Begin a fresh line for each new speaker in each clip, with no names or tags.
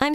I'm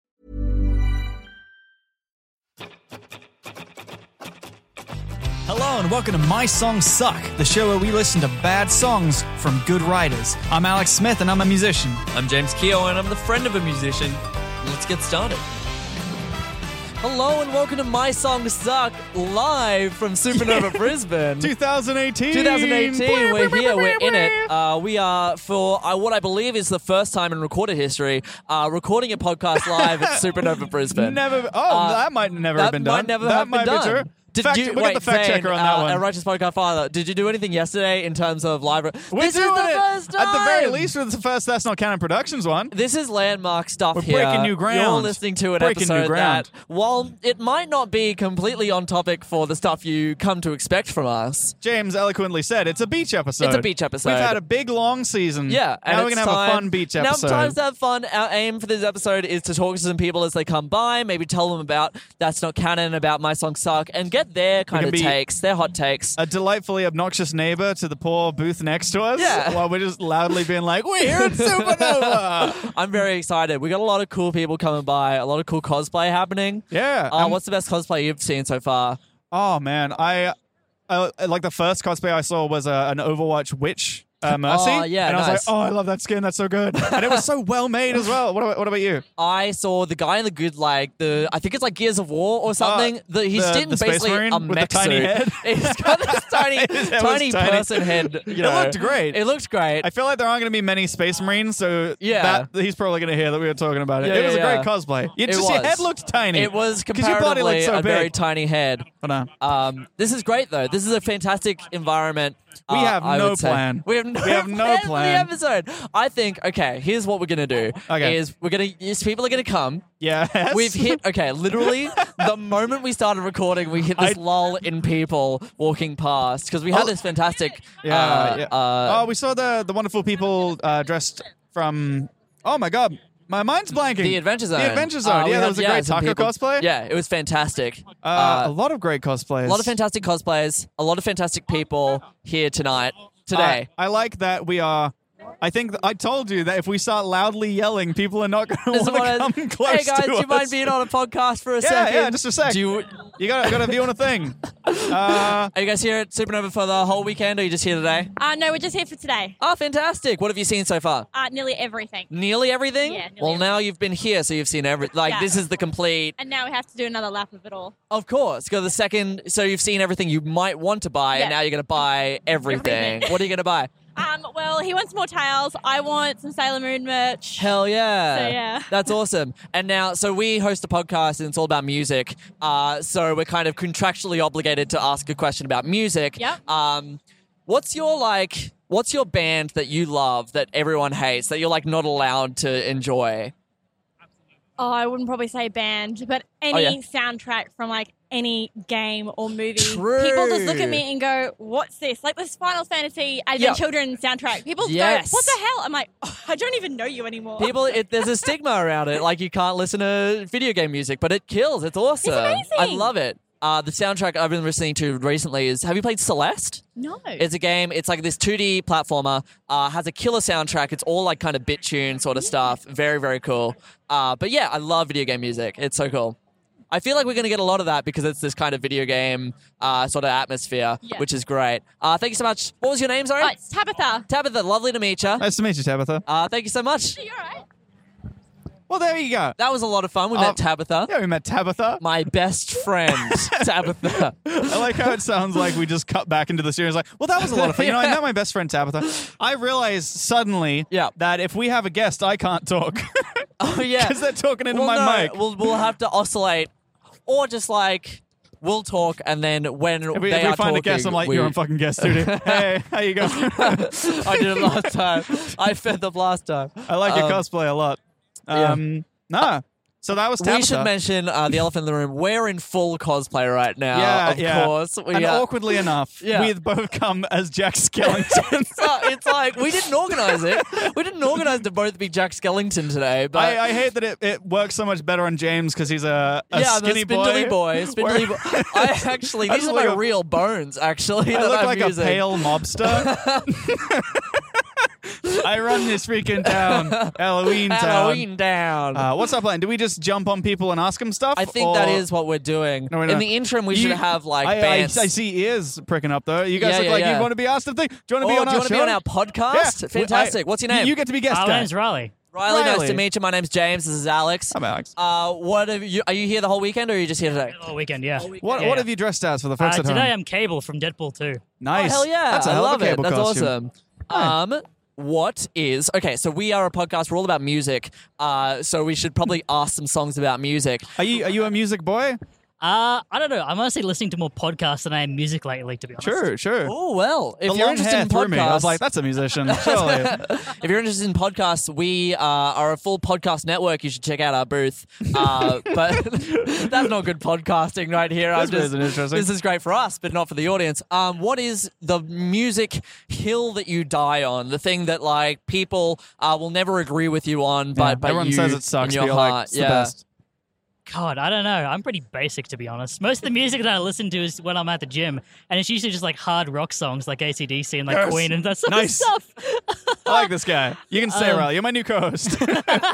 Hello and welcome to My Songs Suck, the show where we listen to bad songs from good writers. I'm Alex Smith and I'm a musician.
I'm James Keogh, and I'm the friend of a musician. Let's get started. Hello, and welcome to My Songs Suck, live from Supernova Brisbane.
2018!
2018, we're here, we're in it. Uh, we are, for uh, what I believe is the first time in recorded history, uh, recording a podcast live at Supernova Brisbane.
Never. Oh,
Uh,
that might never have been
might
done.
never
that
have
might
been done.
true. fact,
you-
we got
wait,
the fact
Zane,
checker on that
uh,
one.
A righteous podcast father. Did you do anything yesterday in terms of live?
We're
this is
doing
the
it.
first time.
At the very least, it's the first That's Not Canon Productions one.
This is landmark stuff
We're
here.
breaking new
You're
ground.
listening to an
Breaking new
episode
ground.
that, while it might not be completely on topic for the stuff you come to expect from us,
James eloquently said it's a beach episode.
It's a beach episode.
We've had a big long season.
yeah. And
now we're
it's
gonna have a
time-
fun beach
Now
episode.
times to have fun. Our aim for this episode is to talk to some people as they come by, maybe tell them about That's Not Canon, about My Song Suck, and get their kind
can
of
be-
takes, their hot takes.
a delightfully obnoxious neighbor to the poor booth next to us.
Yeah.
While we're just loudly being like, we're here at Supernova.
I'm very excited. We got a lot of cool people coming by, a lot of cool cosplay happening.
yeah.
Uh,
I'm-
what's the best cosplay you've seen so far?
oh, man. I, I uh, like the first cosplay I saw was uh, an Overwatch witch. Uh, Mercy.
Oh, yeah,
and I was
nice.
like, oh, I love that skin. That's so good. And it was so well made as well. What about, what about you?
I saw the guy in the good, like the I think it's like Gears of War or something. the, he's
Uh, the-
sitting
the Space
basically
Marine
a
with the
mech
tiny
suit.
head?
He's got this tiny,
was
tiny,
tiny.
person head. You
It
know.
looked great.
It looked great.
I feel like there aren't going to be many Space Marines, so
Yeah.
that, he's probably going to hear that we were talking about it.
Yeah,
it was
yeah,
a
yeah.
great cosplay. You
It
just your
was.
head looked tiny.
it was
'Cause your body
comparatively
looked so
a very
big.
tiny head.
Hold on.
Um, this is great though. This is a fantastic environment.
We
uh,
have
I
no
would say.
plan.
We have no,
We have no
for
plan.
The episode. I think. Okay, here's what we're gonna do.
Okay.
Is we're gonna. Yes, people are gonna come.
Yes.
We've hit okay, literally the moment we started recording, we hit this
I-
lull in people walking past because we had
Oh.
this fantastic.
Yeah.
uh,
yeah.
uh,
oh, we saw the the wonderful people uh, dressed from. Oh my god, my mind's blanking.
the Adventure Zone.
The Adventure
Uh,
Zone.
we
yeah,
had-
that was a great
some
taco
people-
cosplay.
Yeah, it was fantastic.
Uh, a lot of great cosplays.
a lot of fantastic cosplays, a lot of fantastic people here tonight, today.
I like that we are. I think th- I told you that if we start loudly yelling, people are not going
This
to
is what I-
want to come close
hey guys,
to
do you
us.
mind being on a podcast for a
yeah,
second?
yeah, just a sec.
Do you,
You got got to view on a thing. Uh,
are you guys here at Supernova for the whole weekend, or are you just here today?
Uh, no, we're just here for today.
Oh, fantastic! What have you seen so far?
Uh, nearly everything.
Nearly everything.
Yeah, nearly
well, now you've been here, so you've seen every. Like
Yeah.
this is the complete.
And now we have to do another lap of it all.
Of course, go the second. So you've seen everything you might want to buy, and
Yeah.
now you're going to buy everything.
Everything.
what are you going to buy?
Um, well, he wants more tails. I want some Sailor Moon merch.
Hell yeah!
So, yeah.
that's awesome. And now, so we host a podcast, and it's all about music. Uh, so we're kind of contractually obligated to ask a question about music.
Yep.
Um, what's your like? What's your band that you love that everyone hates that you're like not allowed to enjoy?
Oh, I wouldn't probably say band, but any
Oh,
yeah.
soundtrack from like any game or movie.
True.
People just look at me and go, "What's this?" Like this Final Fantasy as
Yeah.
a children soundtrack. People
Yes.
go, "What the hell?" I'm like, "Oh, I don't even know you anymore.
People, it, there's a stigma around it. Like you can't listen to video game music, but it kills. It's awesome. I
amazing.
love it. Uh, the soundtrack I've been listening to recently is. Have you played Celeste?
no.
It's a game. It's like this 2D platformer. Uh, has a killer soundtrack. It's all like kind of bit tune sort of stuff. Very very cool. Uh, but yeah, I love video game music. It's so cool. I feel like we're going to get a lot of that because it's this kind of video game uh, sort of atmosphere,
Yeah.
which is great. Uh, thank you so much. What was your name? Sorry,
oh, it's Tabitha.
Tabitha. Lovely to meet you.
nice to meet you, Tabitha.
Uh, thank you so much.
Are you alright?
Well, there you go. Um,
That was a lot of fun. We met Tabitha,
Yeah, we met Tabitha.
my best friend, Tabitha.
I like how it sounds like we just cut back into the series. Like, well, that was a lot of fun. You know, I met my best friend Tabitha. I realized suddenly
Yeah.
that if we have a guest, I can't talk
Oh yeah,
because they're talking into
well,
my
no,
mic.
We'll we'll have to oscillate, or just like we'll talk, and then when
if we,
they
if we
are
find a guest,
talking,
I'm like,
we-
you're on fucking guest duty. hey, how you going?
I did it last time. I fed up last time.
I like your
Um,
cosplay a lot.
yeah.
Um, Nah, So that was Tabitha.
We should mention uh, the elephant in the room. We're in full cosplay right now.
yeah,
of
yeah.
course. We
and
are-
awkwardly enough,
Yeah.
we've both come as Jack Skellington.
So it's like we didn't organize it. We didn't organize to both be Jack Skellington today, but
I, I hate that it, it works so much better on James because he's a, a
yeah,
skinny
the spindly boy, spindly boy.
Where-
I actually,
I
these
just
are my
look-
real bones. Actually,
I
that
look
I'm
like
using.
a pale mobster. I run this freaking town, Halloween town.
Halloween down.
Uh, what's our plan? Do we just jump on people and ask them stuff?
I think that
or-
is what we're doing.
No, wait,
In
no.
the interim, we
You-
should have like
I, I-
bands.
I, see ears pricking up though. You guys
Yeah,
look
yeah,
like
yeah.
you want to be asked a thing. Do you want to
Oh,
be on
do you
our
want to
show?
be on our podcast?
Yeah.
Fantastic.
I-
What's your name?
You get to be guest.
My
guy.
name's Riley.
Riley, nice
Riley.
to meet you. My name's James. This is Alex.
I'm Alex.
Uh, what have you? Are you here the whole weekend, or are you just here today?
All weekend, yeah.
What
Yeah,
What
yeah.
have you dressed as for the
Uh,
folks at
today
home?
I'm Cable from Deadpool 2.
Oh,
nice.
hell yeah!
That's a
I
hell
love
of a
it.
cable
That's
costume.
awesome. Um, what is okay? So we are a podcast. We're all about music. Uh, so we should probably ask some songs about music.
Are you Are you a music boy?
Uh, I don't know. I'm honestly listening to more podcasts than I am music lately, to be honest.
Sure, sure.
Oh well, if
the
you're
long
interested
hair
in
threw
podcasts,
me. I was like, that's a musician. Surely.
if you're interested in podcasts, we uh, are a full podcast network. You should check out our booth. Uh, but that's not good podcasting right here. I'm
This bit
just-
isn't interesting.
This is great for us, but not for the audience. Um, what is the music hill that you die on? The thing that like people uh, will never agree with you on, but but
Everyone
you,
says
in
it sucks.
your
but you're
heart,
like, it's
yeah.
the best.
God, I don't know. I'm pretty basic, to be honest. Most of the music that I listen to is when I'm at the gym, and it's usually just like hard rock songs like ACDC and like
Yes.
Queen and that sort
Nice.
of stuff. Um,
I like this guy. You can stay, Riley. You're my new co-host.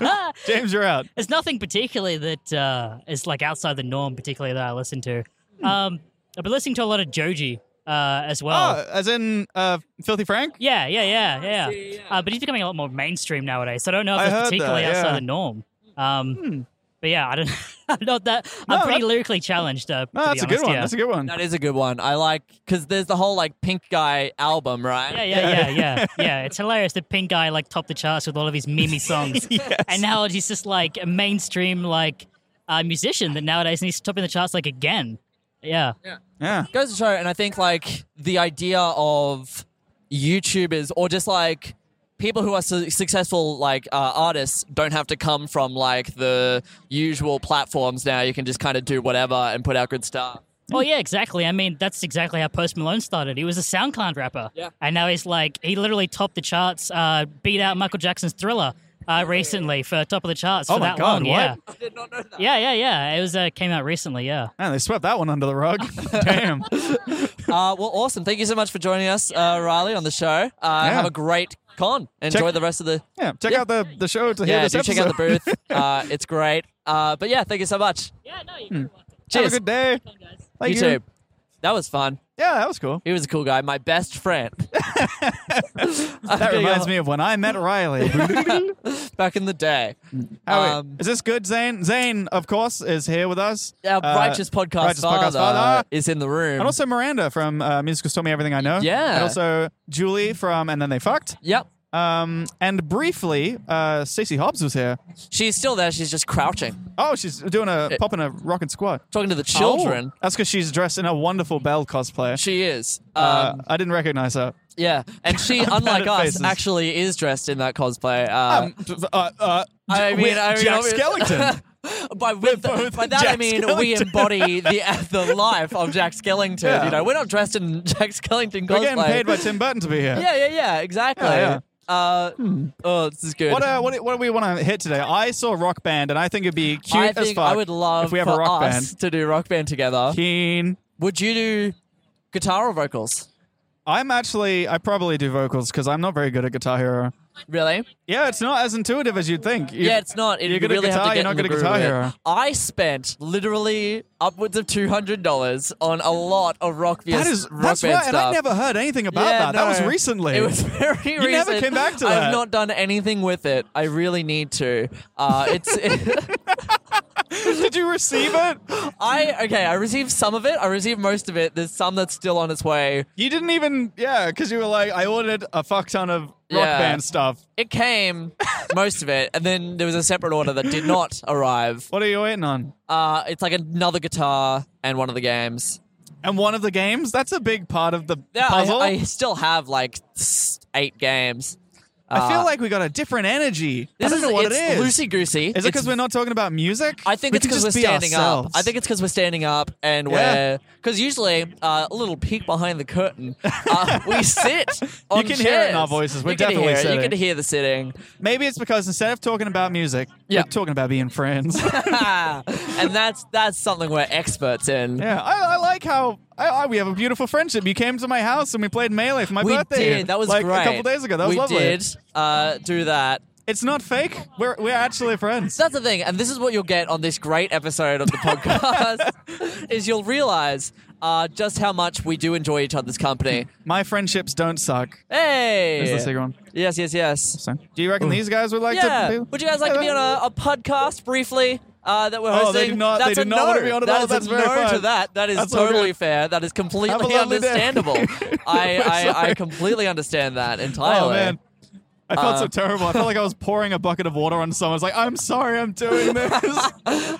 James, you're out.
There's nothing particularly that uh, is like outside the norm, particularly that I listen to. Um, I've been listening to a lot of Joji uh, as well.
Oh, as in uh, Filthy Frank?
Yeah, yeah,
Ah,
yeah, yeah. Uh, but he's becoming a lot more mainstream nowadays. So I don't know if
I heard
that's particularly
that,
outside
yeah. Hmm.
the norm. Um, But yeah, I don't. I'm not that. I'm
No,
pretty
that-
lyrically challenged. Uh,
No,
to
that's
be
a good
honest,
one.
Yeah.
That's a good one.
That is a good one. I like because there's the whole like Pink Guy album, right?
yeah, yeah, yeah, yeah, yeah. It's hilarious that Pink Guy like topped the charts with all of his mimi songs, and now he's just like a mainstream like uh, musician that nowadays and he's topping the charts like again. Yeah,
Yeah.
goes to show, and I think like the idea of YouTubers or just like people who are su- successful like uh, artists don't have to come from like the usual platforms. Now you can just kind of do whatever and put out good stuff.
Oh yeah, exactly. I mean, that's exactly how Post Malone started. He was a SoundCloud rapper,
Yeah.
and now he's like he literally topped the charts, uh, beat out Michael Jackson's Thriller uh, recently for top of the charts.
Oh
for
my
that
God,
long.
what?
Yeah, yeah, yeah, yeah. It was uh, came out recently. Yeah.
Man, they swept that one under the rug. Damn.
Uh, well, awesome. Thank you so much for joining us, uh, Riley, on the show. Uh, Have a great con. Enjoy
Check-
the rest of the.
Yeah. Check out the, the show to hear
Yeah,
this
do
episode.
check out the booth. Uh, it's great. Uh, but yeah, thank you so much.
Yeah, no, you're hmm.
Have
Cheers.
a good day. Thank
you too. That was fun.
Yeah, that was cool.
He was a cool guy. My best friend.
That reminds me of when I met Riley.
Back in the day.
How are-
Um,
is this good, Zane? Zane, of course, is here with us.
Our
Uh,
righteous podcast
Righteous
father,
Podcast Father.
is in the room.
And also Miranda from uh, Musicals Told Me Everything I Know.
Yeah.
And also Julie from And Then They Fucked.
yep,
Um, and briefly, uh, Stacey Hobbs was here.
she's still there. She's just crouching,
Oh, she's doing a popping a rockin' squat.
talking to the children.
Oh, that's because she's dressed in a wonderful Belle cosplay.
She is, um,
uh, I didn't recognize her.
yeah, and she, unlike
at
us,
faces.
actually is dressed in that cosplay. Uh,
Um, uh, uh,
I mean,
with
I mean,
Jack
I mean-
Skellington.
by, with,
both
by that I
Jack
mean we
Skellington.
embody the uh, the life of Jack Skellington.
Yeah.
You know, we're not dressed in Jack Skellington cosplay.
We're getting paid by Tim Burton to be here.
yeah, yeah, yeah, exactly.
Yeah,
Uh, Oh, this is good.
Hmm. What, uh, what, what do we want to hit today? I saw Rock Band, and I think it'd be cute
I
as
think
fuck
I would love
if we have
for
a rock
us
band.
to do rock band together.
Keen.
Would you do guitar or vocals?
I'm actually, I probably do vocals because I'm not very good at Guitar Hero.
Really?
Yeah, it's not as intuitive as you'd think. You-
yeah, it's not. It,
you're good
you really
at guitar,
have
you're
to get
not
in
good
the
at Guitar
groove of it.
Hero.
I spent literally upwards of two hundred dollars on a lot of rock,
That
vs-
is,
rock
that's
band
right, and I
stuff.
never heard anything about
Yeah,
that. That was
no.
recently.
It was very recent.
You never came back to
I've
that.
not done anything with it. I really need to. Uh, it's.
Did you receive it?
I okay. I received some of it. I received most of it. There's some that's still on its way.
You didn't even, yeah, because you were like, I ordered a fuck ton of rock
Yeah.
band stuff.
It came, most of it, and then there was a separate order that did not arrive.
What are you waiting on?
Uh, it's like another guitar and one of the games.
And one of the games? That's a big part of the
Yeah, I,
puzzle.
I still have like s- eight games.
I feel
Uh,
like we got a different energy. I don't know what it is.
Loosey goosey.
Is it because we're not talking about music?
I think
We
it's
could
because we're
just be
standing
ourselves.
up. I think it's because we're standing up and
Yeah.
we're because usually uh, a little peek behind the curtain. Uh, we sit. On
can hear it in our
chairs.
voices. We're
You can
definitely
hear it.
sitting.
You can hear the sitting,
maybe it's because instead of talking about music,
Yeah.
we're talking about being friends.
and that's that's something we're experts in.
yeah, I, I like how I, I, we have a beautiful friendship. You came to my house and we played melee for my
we
birthday.
did. That was
like
great.
a couple days ago. That was
we
lovely.
did uh, do that.
It's not fake. We're we're actually friends.
So that's the thing, and this is what you'll get on this great episode of the podcast: is you'll realize uh, just how much we do enjoy each other's company.
My friendships don't suck.
Hey,
Is the second one.
yes, yes, yes.
So, do you reckon these guys would like
yeah.
to? be-
Would you guys like to be on a, a podcast briefly? Uh, that we're
Oh,
hosting.
they do not- they
That's
do
a
not
no.
want to be on at
That
all.
is
That's
a
very
no to
fine.
that. That is
That's all
totally
good.
fair. That is completely
lovely day.
understandable. I, I, I
sorry.
completely understand that entirely.
Oh man. I felt so
Uh,
terrible. I felt like I was pouring a bucket of water on someone. I was like, I'm sorry I'm doing this.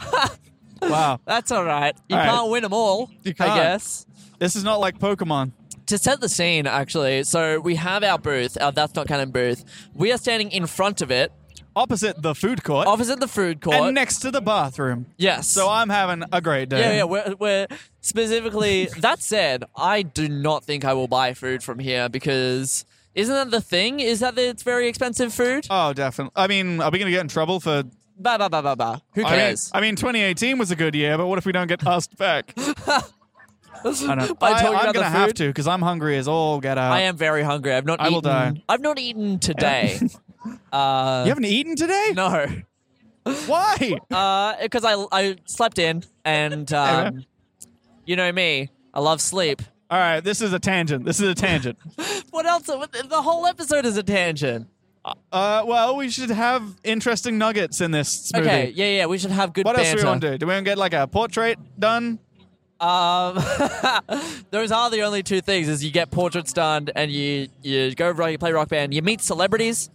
wow.
That's all right. You
All right.
can't win them all,
You
I
can't.
guess.
This is not like Pokemon.
To set the scene, actually, so we have our booth, our That's Not Canon booth. We are standing in front of it,
Opposite the food court
opposite the food court.
and next to the bathroom.
yes.
So I'm having a great day.
Yeah, yeah. We're, we're specifically. that said, I do not think I will buy food from here because isn't that the thing? Is that it's very expensive food?
Oh, definitely. I mean, are we going to get in trouble for.
Bah, bah, bah, bah, bah. Who
I mean,
cares?
I mean, 2018 was a good year, but what if we don't get asked back? I know. I,
By talking
I'm
about the
gonna have
food?
to because I'm hungry as all get out.
I am very hungry. I've not.
I will
eaten,
die.
I've not eaten today. uh,
You haven't eaten today?
no,
Why?
because I I slept in and um, you know me. I love sleep.
all right, this is a tangent. This is a tangent.
What else? The whole episode is a tangent.
Uh, well, we should have interesting nuggets in this smoothie.
Okay, yeah, yeah. We should have good
What
banter.
else do we want to do? Do we want to get like a portrait done?
Um, those are the only two things: is you get portraits done, and you you go rock, you play rock band, you meet celebrities.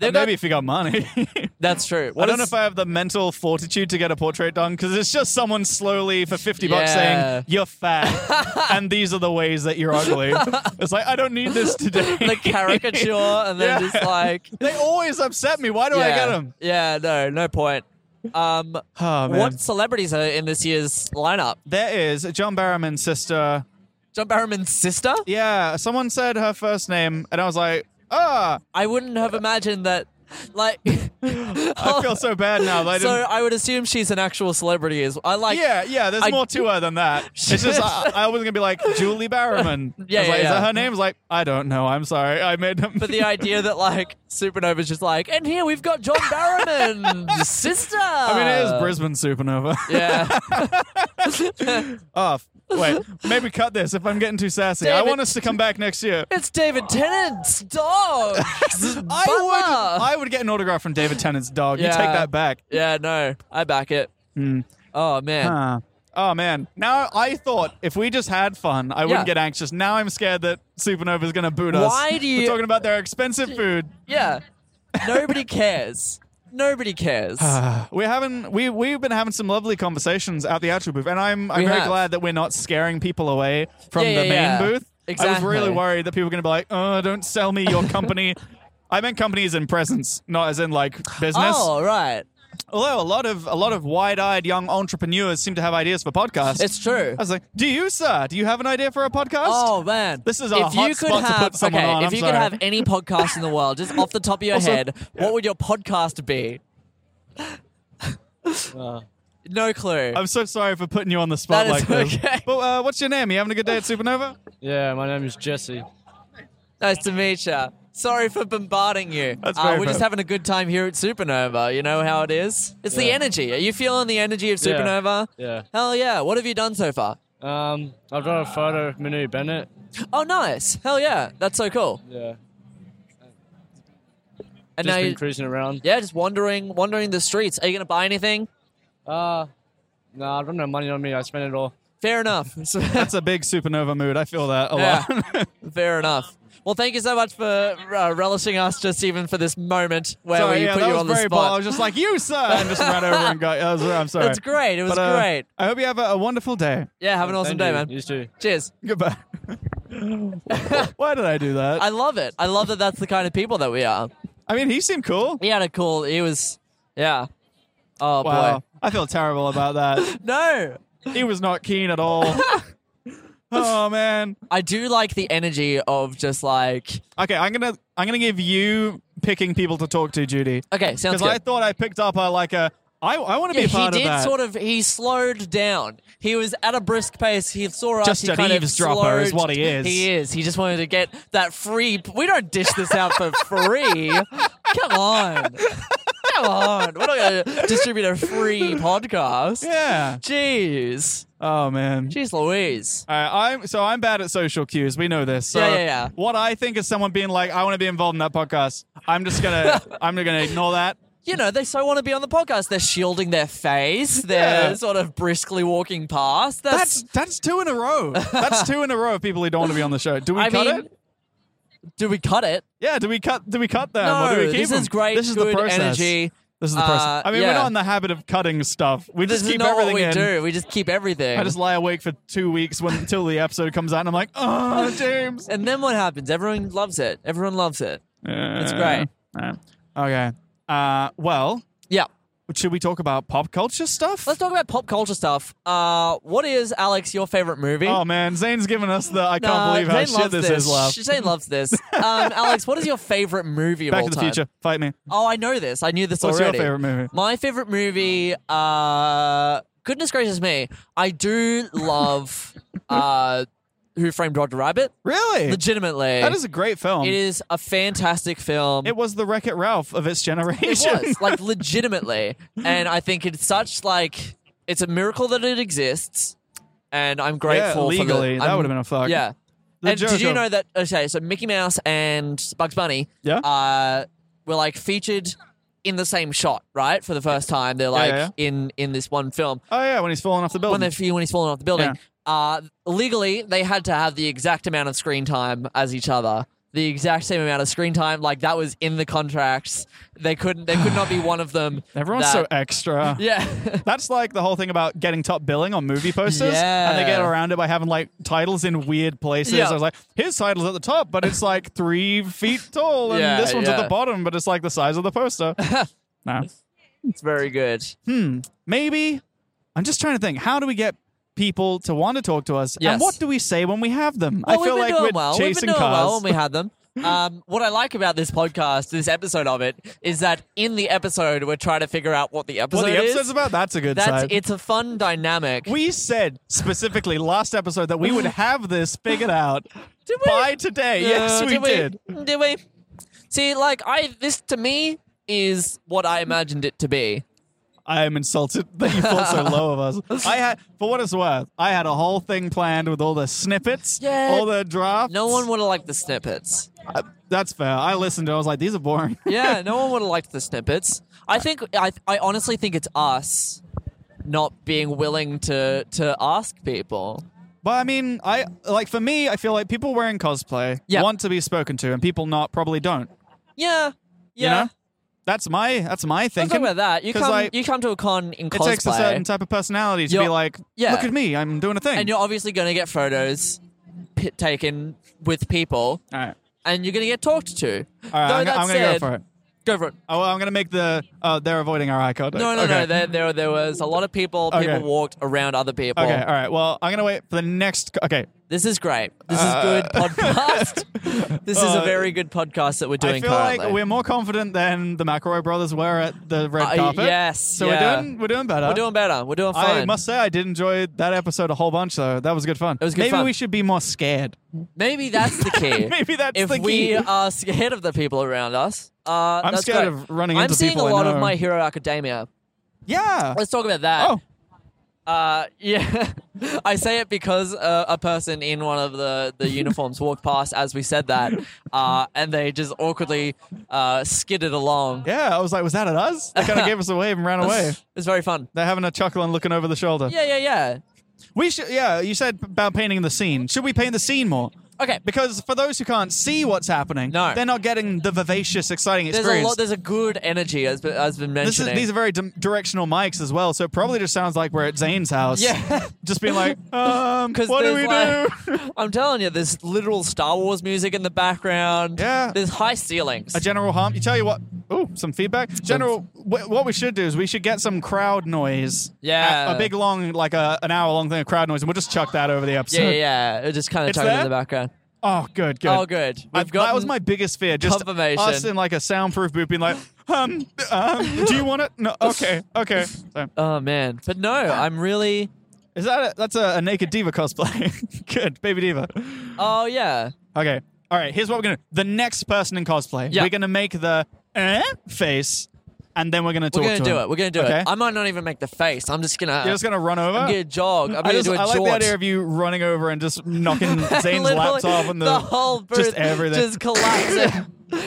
They've got-
Maybe if you got money.
that's true. What
I don't know
is-
if I have the mental fortitude to get a portrait done because it's just someone slowly for 50 bucks
Yeah.
saying, You're fat, and these are the ways that you're ugly. it's like, I don't need this today.
the caricature, and then
Yeah.
just like,
they always upset me. Why do I
yeah,
get them?
yeah, no, no point. Um,
Oh, man.
what celebrities are in this year's lineup?
There is John Barrowman's sister.
John Barrowman's sister.
Yeah, someone said her first name, and I was like, Ah,
I wouldn't have imagined that. Like,
I feel so bad now. That I
Oh. so
didn't
I would assume she's an actual celebrity. Is I like,
yeah, yeah. There's
I-
more to her than that. It's just uh, I, I was gonna be like Julie Barrowman. I was
Yeah,
like,
yeah,
Is
yeah.
that her name? I was like, I don't know. I'm sorry. I made him.
But the idea that like Supernova's just like, and here we've got John Barrowman's sister.
I mean, it is Brisbane Supernova.
Yeah,
oh, wait, maybe cut this if I'm getting too sassy. I
David-
want us to come back next year.
it's David Tennant's dog.
I would, I would get an autograph from David Tennant's dog. You
Yeah.
take that back. Hmm.
yeah, no, I back it. Oh man,
Huh. Oh man! Now I thought if we just had fun, I wouldn't
Yeah.
get anxious. Now I'm scared that Supernova is going to boot us.
Why do you-
We're talking about their expensive food.
yeah, nobody cares. Nobody cares.
We're having we we've been having some lovely conversations at the actual booth, and I'm I'm
We
very
have.
glad that we're not scaring people away from
Yeah,
the
yeah,
main
yeah.
booth. I was really
Exactly.
worried that people were going to be like, "Oh, don't sell me your company." I meant companies in presence, not as in like business.
oh right,
Although a lot of a lot of wide-eyed young entrepreneurs seem to have ideas for podcasts.
it's true.
I was like, "Do you, sir? Do you have an idea for a podcast?"
Oh man,
This is a
if
hot
you could
spot to
have,
put someone
okay,
on,
If
I'm
you could
sorry.
have any podcast in the world, just off the top of your
Also-
head, what would your podcast be? no clue.
I'm so sorry for putting you on the spot
That is
like
okay.
this. But uh, what's your name? Are you having a good day at Supernova?
Yeah, my name is Jesse.
Nice to meet you. Sorry for bombarding you.
That's
uh,
very
we're just
fair.
having a good time here at Supernova. You know how it is? It's the energy. Are you feeling the energy of
Yeah.
Supernova?
Yeah.
Hell yeah. What have you done so far?
Um, I've done a photo of Manu Bennett.
Oh, nice. Hell yeah. That's so cool.
Yeah. Just
And now
been
you-
cruising around.
yeah, just wandering, wandering the streets. Are you going to buy anything?
Uh, no, I don't have money on me. I spent it all.
Fair enough.
That's a big Supernova mood. I feel that a
Yeah.
lot.
Fair enough. Well, thank you so much for uh, relishing us just even for this moment where
Sorry,
we
yeah,
put
that
you
was
on the
very
spot.
bold. I was just like, "You, sir," and just ran over and got. I was, I'm sorry.
That's great. It was
But, uh,
great.
I hope you have a, a wonderful day.
Yeah, have an awesome
Thank
day,
you.
man.
You too.
Cheers.
Goodbye. Why did I do that?
I love it. I love that that's the kind of people that we are.
I mean, he seemed cool.
He had a cool. He was, yeah. Oh
Wow.
boy.
I feel terrible about that.
No,
he was not keen at all. oh man.
I do like the energy of just like
Okay, I'm gonna I'm gonna give you picking people to talk to, Judy.
okay, sounds
Because
good.
I thought I picked up a like a I I want to
Yeah,
be a
he
part
did
of that.
sort of. He slowed down. He was at a brisk pace. He saw us.
Just
he
an
kind of
eavesdropper is
slowed-
what he is.
He is. He just wanted to get that free. We don't dish this out for free. Come on, come on. We're not going to distribute a free podcast.
yeah.
Jeez,
Oh man.
jeez, Louise.
All right, I'm so I'm bad at social cues. We know this. So
Yeah, yeah, yeah.
What I think is someone being like, "I want to be involved in that podcast." I'm just gonna, I'm gonna ignore that.
You know, they so want to be on the podcast. They're shielding their face. They're
Yeah.
sort of briskly walking past.
That's that's two in a row. That's two in a row of people who don't want to be on the show. Do we
I
cut
mean,
it?
do we cut it?
Yeah. Do we cut? Do we cut them?
no,
or do we keep
this
them?
is great.
This is
good
the process.
energy.
This is the
Uh,
process. I mean,
yeah.
we're not in the habit of cutting stuff. We
This
just
is
keep
not
everything
what we
in.
do. We just keep everything.
I just lie awake for two weeks when until the episode comes out, and I'm like, "Oh, James,
and then what happens? Everyone loves it. Everyone loves it.
it's
great.
Okay. Uh, well,
Yeah.
should we talk about pop culture stuff?
Let's talk about pop culture stuff. Uh, what is Alex your favorite movie?
Oh man, Zane's giving us the I can't
Nah,
believe how
Zane
shit
loves
this, is. Love.
Zane loves this. Um, Alex, what is your favorite movie of
Back
all
to the
time?
Future, fight me.
Oh, I know this. I knew this
What's your
already.
favorite movie?
My favorite movie. Uh, goodness gracious me, I do love uh, Who Framed Roger Rabbit.
Really?
Legitimately,
that is a great film.
it is a fantastic film.
It was the Wreck It Ralph of its generation.
It was like legitimately, and I think it's such like it's a miracle that it exists, and I'm grateful.
legally,
for
that would've been a fuck.
Yeah.
The
and did
joke
you
of-
know that? Okay, so Mickey Mouse and Bugs Bunny,
Yeah.
uh, were like featured in the same shot, right? For the first time, they're like
yeah,
in in this one film
oh yeah, when he's falling off the building.
when they when he's falling off the building. Uh, legally, they had to have the exact amount of screen time as each other. The exact same amount of screen time, like that was in the contracts. They couldn't. They could not be one of them.
Everyone's
that-
so extra.
yeah.
That's like the whole thing about getting top billing on movie posters,
Yeah.
and they get around it by having like titles in weird places.
Yeah.
I was like, his title's at the top, but it's like three feet tall, and
Yeah,
this one's at
yeah.
the bottom, but it's like the size of the poster. nah.
it's very good.
maybe I'm just trying to think. How do we get people to want to talk to us?
Yes.
And what do we say when we have them?
Well,
I feel
we've been
like
doing
we're
well. we've been
chasing
doing
cars.
well when we had them. Um, what I like about this podcast, this episode of it, is that in the episode we're trying to figure out what the episode
what the episode's
is.
about? That's a good
That's
sign.
it's a fun dynamic.
we said specifically last episode that we would have this figured out
Did we?
by today. yes,
Uh,
we did.
We, did we? See, like I this to me is what I imagined it to be.
I am insulted that you thought so low of us. I had, for what it's worth, I had a whole thing planned with all the snippets,
Yeah.
all the drafts.
No one would have liked the snippets.
I- that's fair. I listened to. it. I was like, these are boring.
Yeah, no one would have liked the snippets. I think I I honestly think it's us not being willing to to ask people.
But I mean, I like for me, I feel like people wearing cosplay
Yeah.
want to be spoken to, and people not probably don't.
Yeah.
You
Yeah.
know, that's my that's my
Don't talk
thinking.
about that. You
'Cause,
come,
like,
you come to a con in
it
cosplay,
takes a certain type of personality to be
You're-
like,
yeah.
look at me, I'm doing a thing.
and you're obviously going to get photos p- taken with people,
All right,
and you're going to get talked to. All
all right, I'm, gonna- I'm gonna
said,
go for it.
Go for it.
Oh, I'm gonna make the. Oh, they're avoiding our eye contact.
No, no,
okay.
no. There, there, there was a lot of people. People
Okay.
walked around other people.
Okay, all right. Well, I'm gonna wait for the next. co- Okay,
This is great. This is good podcast. this is a
Uh,
very good podcast that we're doing
I feel
currently.
like we're more confident than the McElroy brothers were at the red
I-
carpet.
yes,
so
yeah.
we're doing we're doing better.
We're doing better. We're doing fine.
I must say, I did enjoy that episode a whole bunch, though. That was good fun. It
was good
Maybe
fun.
we should be more scared.
Maybe that's the key.
Maybe that's
if
the
we
key.
are scared of the people around us. Uh,
I'm
that's
scared
great.
of running
I'm
into
seeing
people
a
I
lot of
know.
My Hero Academia.
Yeah.
Let's talk about that.
Oh,
Uh, yeah, I say it because uh, a person in one of the, the uniforms walked past as we said that, uh, and they just awkwardly uh, skidded along.
yeah. I was like, was that at us? They kind of gave us a wave and ran away.
It was very fun.
They're having a chuckle and looking over the shoulder.
Yeah, yeah, yeah.
We should. Yeah, you said about painting the scene. Should we paint the scene more?
Okay.
Because for those who can't see what's happening,
No.
they're not getting the vivacious, exciting
There's
experience.
a lot. There's a good energy as as been
This is,
mentioning.
these are very di- directional mics as well, so it probably just sounds like we're at Zane's house.
Yeah.
just being like, um,
Because
what do we do?
I'm telling you, there's literal Star Wars music in the background.
Yeah.
There's high ceilings.
A general hum. You tell you what. Ooh, some feedback. General, wh- what we should do is we should get some crowd noise.
Yeah.
A, a big long, like a, an hour long thing of crowd noise, and we'll just chuck that over the episode.
yeah, yeah, yeah. It just kind of
It's
tugging in
there?
the background.
Oh, good, good.
Oh, good.
I-
We've
that was
gotten
my biggest fear. Just
confirmation.
us in like a soundproof booth being like, um, um, do you want it? No. Okay, okay. So,
Oh man. But no, I'm really.
is that a, that's a, a naked diva cosplay? good, baby diva.
Oh yeah.
Okay. All right. Here's what we're gonna. The next person in cosplay,
Yeah.
we're gonna make the eh face, and then we're gonna talk
We're gonna
to
do
him.
it. We're gonna do
Okay?
it. I might not even make the face. I'm just gonna.
You're just gonna run over.
I'm gonna jog. I'm
I
gonna
just-
do a
I like the
jaunt.
idea of you running over and just knocking Zane's
Literally,
laptop and the,
whole booth
just everything.
just collapsing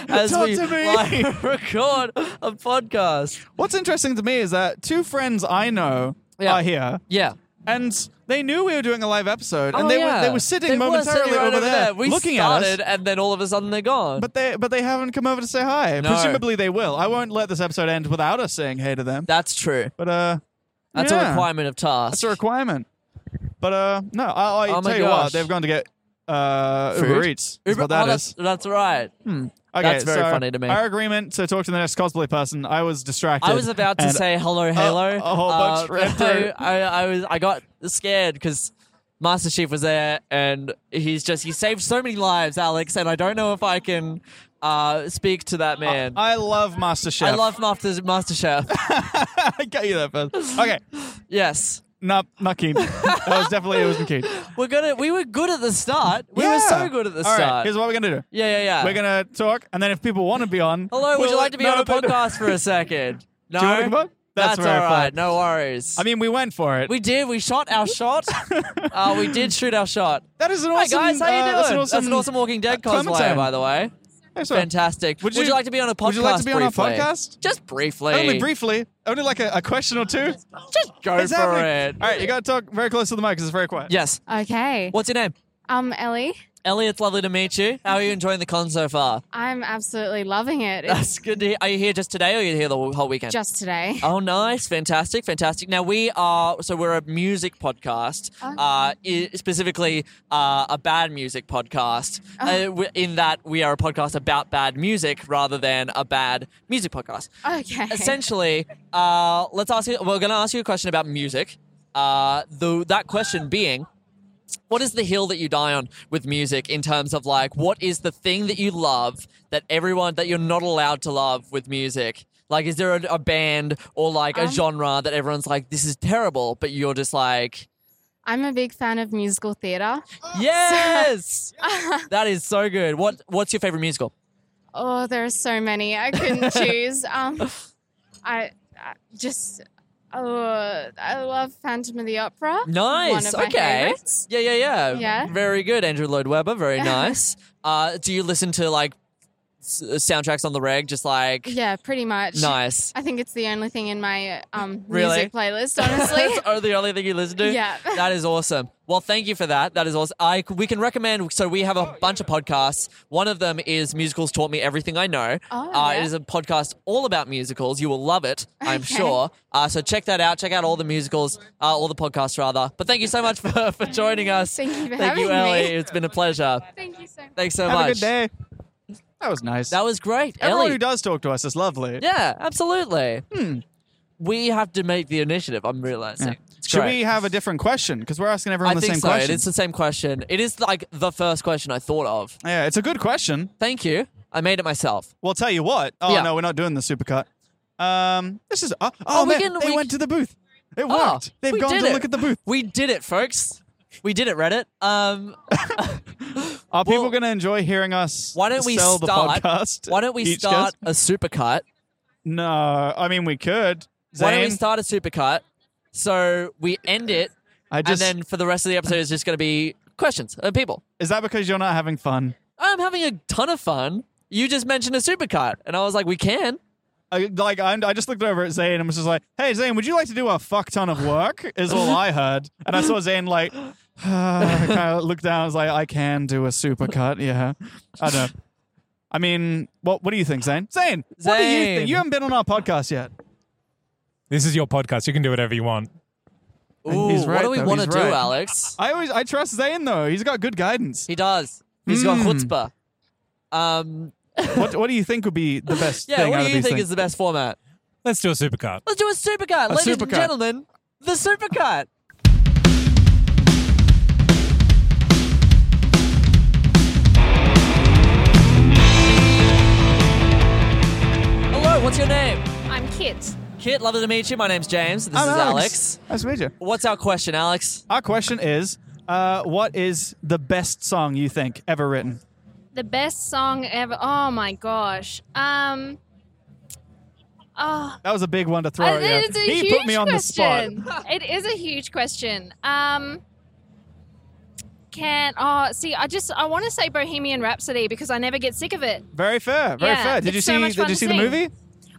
as
Talk
we
to me.
live record a podcast.
What's interesting to me is that two friends I know
Yeah.
are here,
Yeah.
and they knew we were doing a live episode,
Oh,
and they
yeah.
were they were sitting
They were
momentarily
sitting right
over, there,
We
looking
started,
at us.
and then all of a sudden they're gone.
But they but they haven't come over to say hi.
No.
Presumably they will. I won't let this episode end without us saying hey to them.
that's true.
But uh,
That's a
yeah.
requirement of task.
That's a requirement. But uh, no, I, I
Oh my
tell you what,
gosh.
they've gone to get uh,
Food?
Uber Eats. Is
Uber-
what that
oh,
is. Hmm.
that's, that's right.
Okay,
Hmm. that's very
so
funny to me.
Our agreement to talk to the next cosplay person. I was distracted.
I was about to
and-
say hello, Halo.
a whole bunch
Uh,
ran through.
I, I, I was I got scared because Master Chief was there, and he's just he saved so many lives, Alex. And I don't know if I can uh, speak to that man. I,
I love MasterChef.
love Master Master Chef.
I got you there first. Okay,
yes,
not not keen. that was definitely it was keen.
we're gonna we were good at the start. We were so good at the
All right,
start.
here's what we're gonna do.
yeah, yeah, yeah.
We're gonna talk, and then if people want to be on,
hello. Would
we'll
you
let-
like to be
no,
on a
they don't.
podcast for a second? No,
you wanna come on? That's
that's,
very
all right.
fun.
No worries.
I mean, we went for it.
we did. We shot our shot. uh, we did shoot our shot.
that is an awesome.
Hi guys, how
uh,
you doing?
That's an awesome,
Walking Dead
uh, Clementine.
cosplayer, by the way.
Excellent.
Fantastic.
Would
Would
you-
you, like to be on a podcast?
would you like to be on our
briefly?
podcast?
Just briefly.
Only briefly, only like a, a question or two.
Just go
Exactly.
for it.
All right, you gotta talk very close to the mic because it's very quiet.
Yes.
Okay.
What's your name?
Um, Ellie,
Ellie, it's lovely to meet you. How are you enjoying the con so far?
I'm absolutely loving it. It's
That's good. To hear. Are you here just today, or are you here the whole weekend?
just today.
Oh, nice. Fantastic. Fantastic. Now, we are, so we're a music podcast, uh, i- specifically uh, a bad music podcast, uh, w- in that we are a podcast about bad music rather than a bad music podcast.
Okay.
Oh. Essentially, uh, let's ask you, we're going to ask you a question about music. Uh, the, that question being, what is the hill that you die on with music in terms of like what is the thing that you love that everyone that you're not allowed to love with music like is there a, a band or like a genre that everyone's like this is terrible but you're just like
I'm a big fan of musical theatre.
yes that is so good what what's your favorite musical
Oh, there are so many. I couldn't choose. Um, I, I just, oh, I love Phantom of the Opera. One
nice
of my
okay
favorites.
yeah yeah yeah
Yeah.
very good andrew lloyd webber very nice uh do you listen to like s- soundtracks on the reg just like
Yeah, pretty much.
nice
I think it's the only thing in my um,
Really?
music playlist, honestly.
That's o- the only thing you listen to.
Yeah.
that is awesome. Well, thank you for that. That is awesome. I we can recommend. So we have a bunch of podcasts. One of them is Musicals Taught Me Everything I Know.
Oh,
uh,
yeah.
It is a podcast all about musicals. You will love it, I'm
Okay.
sure. Uh, so check that out. Check out all the musicals, uh, all the podcasts rather. But thank you so much for, for joining us.
Thank you for
thank you,
having me.
Ellie. It's been a pleasure.
Thank you so much.
Thanks so
Have
much.
a good day. That was nice.
That was great,
Everyone
Ellie.
who does talk to us is lovely.
yeah, absolutely.
Hmm.
We have to make the initiative. I'm realizing. It's
Should
great.
we have a different question? Because we're asking everyone
I
the
think
same
so.
question.
It's the same question. It is like the first question I thought of.
yeah, it's a good question.
Thank you. I made it myself.
Well, tell you what. Oh
Yeah.
no, we're not doing the supercut. Um, this is. Oh, oh,
Oh, we
man,
can-
they
we
went to
can-
the booth. It
Oh,
worked. They've
we
gone
did
to
it.
look at the booth.
We did it, folks. We did it, Reddit. Um,
Are people
Well,
going to enjoy hearing us?
why don't we
sell
start?
the podcast?
why don't we
each
start
guest?
a supercut?
No, I mean we could. Zane,
Why don't we start a supercut? So we end it,
I just
and then for the rest of the episode, it's just going to be questions of people.
is that because you're not having fun?
I'm having a ton of fun. You just mentioned a supercut, and I was like, we can.
I, like i I just looked over at Zane and was just like, "Hey Zane, would you like to do a fuck ton of work?" Is all I heard, and I saw Zane like, I kind of looked down. I was like, I can do a supercut. Yeah, I know. I mean, what what do you think, Zane? Zane, what do you
Zane.
think? You haven't been on our podcast yet.
This is your podcast. You can do whatever you want.
Ooh,
He's
what
right,
do we
though.
want to
He's
do,
right.
Alex?
I always I trust Zane though. He's got good guidance. Hmm.
He does. He's got chutzpah. Um,
What what do you think would be the best
yeah,
thing
what
out
do
of
you
these
think
things?
is the best format?
Let's do a supercard.
Let's do a supercut, ladies and
supercut.
gentlemen. The supercut. Hello, what's your name?
I'm Kit.
Kit, lovely to meet you. My name's James. This
I'm
is Alex.
Oh, Nice to meet you.
What's our question, Alex?
Our question is, uh, what is the best song you think ever written?
The best song ever. Oh my gosh. Um. Oh,
That was a big one to throw.
I-
at you.
it's a
he
huge
put me on the
question.
spot.
it is a huge question. Um. Can oh see I just I want to say Bohemian Rhapsody because I never get sick of it.
Very fair. Very
Yeah,
fair. Did
it's
you
so
see?
much
did
fun
you
to
see the
sing.
movie?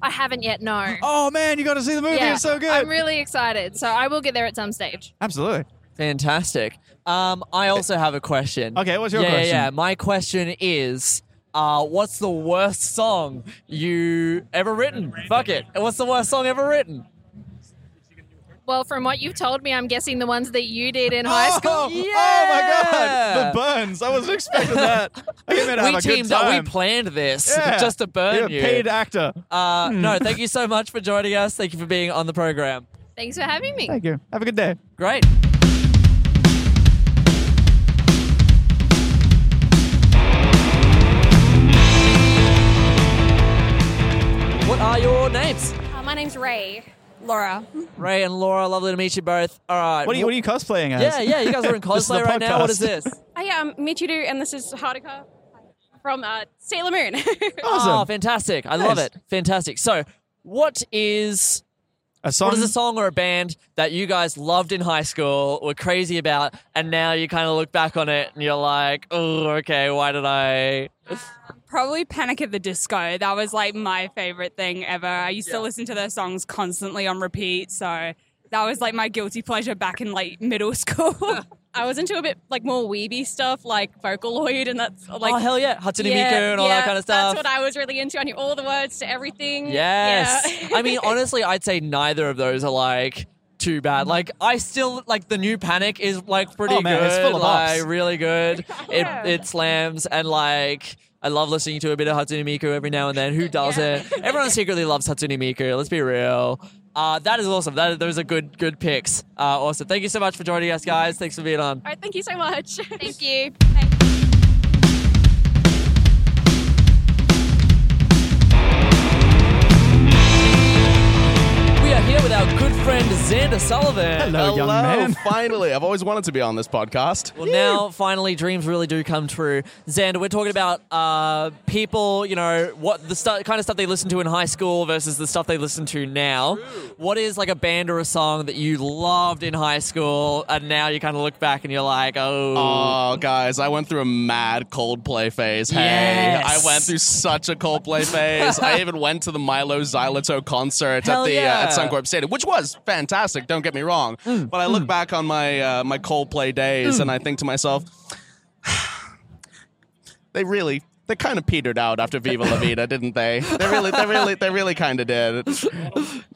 I haven't yet. No.
Oh man, you got to see the movie. It's so good.
I'm really excited. So I will get there at some stage.
Absolutely.
Fantastic. Um, I also have a question.
Okay, what's your
yeah,
question?
Yeah, yeah. My question is, uh, what's the worst song you ever written? Fuck it. What's the worst song ever written?
Well, from what you've told me, I'm guessing the ones that you did in high school.
Oh, oh my god,
Yeah.
the burns! I wasn't expecting that. I think we're gonna have
we
a
teamed
good
up.
time.
We planned this
Yeah.
just to
You're
burn
a
you.
paid actor. Hmm.
uh, No, thank you so much for joining us. Thank you for being on the program.
Thanks for having me.
Thank you. Have a good day.
Great. What are your names?
Uh, my name's Ray. Laura.
Ray and Laura, lovely to meet you both. All right.
What are you, what are you cosplaying as?
Yeah, yeah, you guys are in
This is the
cosplay right now. What is
podcast.
this?
I um, am Michiru, and this is Haruka from uh, Sailor Moon.
Oh,
Awesome.
fantastic. I love
Nice.
it. Fantastic. So, what is
A song.
what is a song or a band that you guys loved in high school, were crazy about, and now you kind of look back on it and you're like, oh, okay, why did I?
Probably Panic at the Disco. That was like my favorite thing ever. I used to listen to their songs constantly on repeat, so that was like my guilty pleasure back in like middle school. I was into a bit like more weeby stuff, like Vocaloid, and that's like
oh hell yeah, Hatsune Miku and all that kind of stuff.
I was really into. I knew all the words to everything.
Yes. I mean, honestly, I'd say neither of those are like too bad. Like, I still like the new Panic is like pretty
Oh, man,
good.
it's full of bops.
like really good. It it slams and like. I love listening to a bit of Hatsune Miku every now and then. Who doesn't? Everyone secretly loves Hatsune Miku. Let's be real. Uh, that is awesome. That those are good good picks. Uh, awesome. Thank you so much for joining us, guys. Thanks for being on.
All right, thank you so much.
Thank you.
We are here with our good friend Xander Sullivan.
Hello, young man.
finally. I've always wanted to be on this podcast.
Well, now finally, dreams really do come true. Xander, we're talking about uh, people, you know, what the stu- kind of stuff they listen to in high school versus the stuff they listen to now. What is like a band or a song that you loved in high school, and now you kind of look back and you're like, oh,
Oh, guys, I went through a mad Coldplay phase. Hey,
Yes.
I went through such a Coldplay phase. I even went to the Milo Xyloto concert
Hell
at the
yeah.
uh, at Suncorp Stadium, which was fantastic. Don't get me wrong, but I look back on my uh, my Coldplay days and I think to myself, they really. They kind of petered out after Viva La Vida, didn't they? They really, they really, they really kind of did.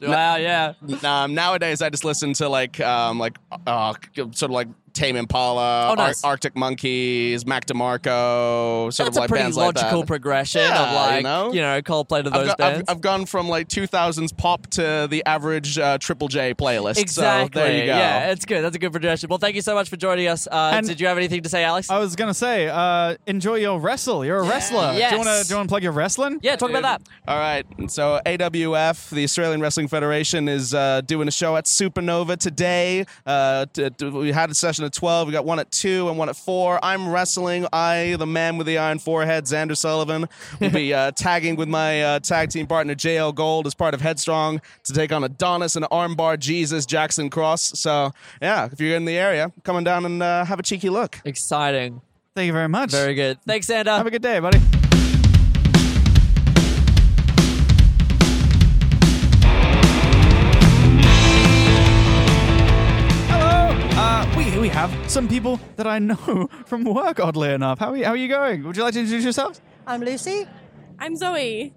wow, yeah,
Um, nowadays, I just listen to like um, like uh, sort of like Tame Impala,
Oh, nice.
Ar- Arctic Monkeys, Mac DeMarco, sort
that's
of
a
like
pretty
bands
logical
like that.
progression
Yeah,
of
you
like you know,
know?
Coldplay to
I've,
those
go- I've,
bands.
I've gone from like 2000s pop to the average uh, Triple J playlist.
Exactly.
So there you go.
Yeah, it's good. That's a good projection. Well, thank you so much for joining us. Uh,
And-
did you have anything to say, Alex?
I was gonna say, uh, enjoy your wrestle. You're a wrestler. Do you wanna
Yes.
do you wanna plug your wrestling?
yeah, talk about that.
All right. So AWF, the Australian Wrestling Federation, is uh, doing a show at Supernova today. Uh, t- t- we had a session at 12. We got one at 2 and one at 4. I'm wrestling. I, the man with the iron forehead, Xander Sullivan, will be uh, tagging with my uh, tag team partner, JL Gold, as part of Headstrong to take on Adonis and Armbar Jesus Jackson Cross. So, yeah, if you're in the area, come on down and uh, have a cheeky look.
Exciting.
Thank you very much.
Very good. Thanks, Xander.
Have a good day, buddy. Hello. Uh, we we have have some people that I know from work, oddly enough. How are you, how are you going? Would you like to introduce yourselves?
I'm Lucy.
I'm Zoe.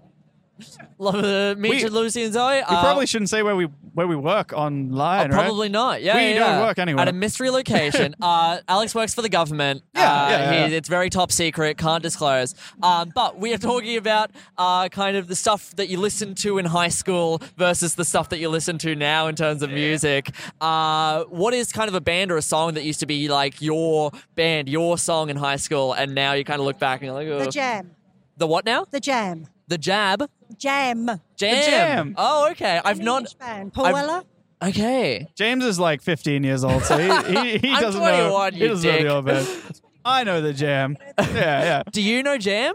Love uh, meet
We-
you, Lucy and Zoe. Um,
We probably shouldn't say where we where we work online, right?
Oh, Probably not. Yeah,
we
yeah,
don't
yeah.
work anywhere.
At a mystery location. uh, Alex works for the government. Yeah,
yeah, yeah.
It's very top secret. Can't disclose. Um, but we are talking about uh, kind of the stuff that you listened to in high school versus the stuff that you listen to now in terms of music. Uh, what is kind of a band or a song that used to be like your band, your song in high school, and now you kind of look back and you're like, oh.
The jam.
The what now?
The jam.
The jab.
Jam.
Jam.
Jam.
Oh, okay. I've
An
not.
English band. Paul
I've-
Weller.
Okay.
James is like 15 years old, so he, he, he
I'm
doesn't know.
21,
He
you
doesn't know
dick.
the old band. I know the jam. Yeah, yeah.
Do you know Jam?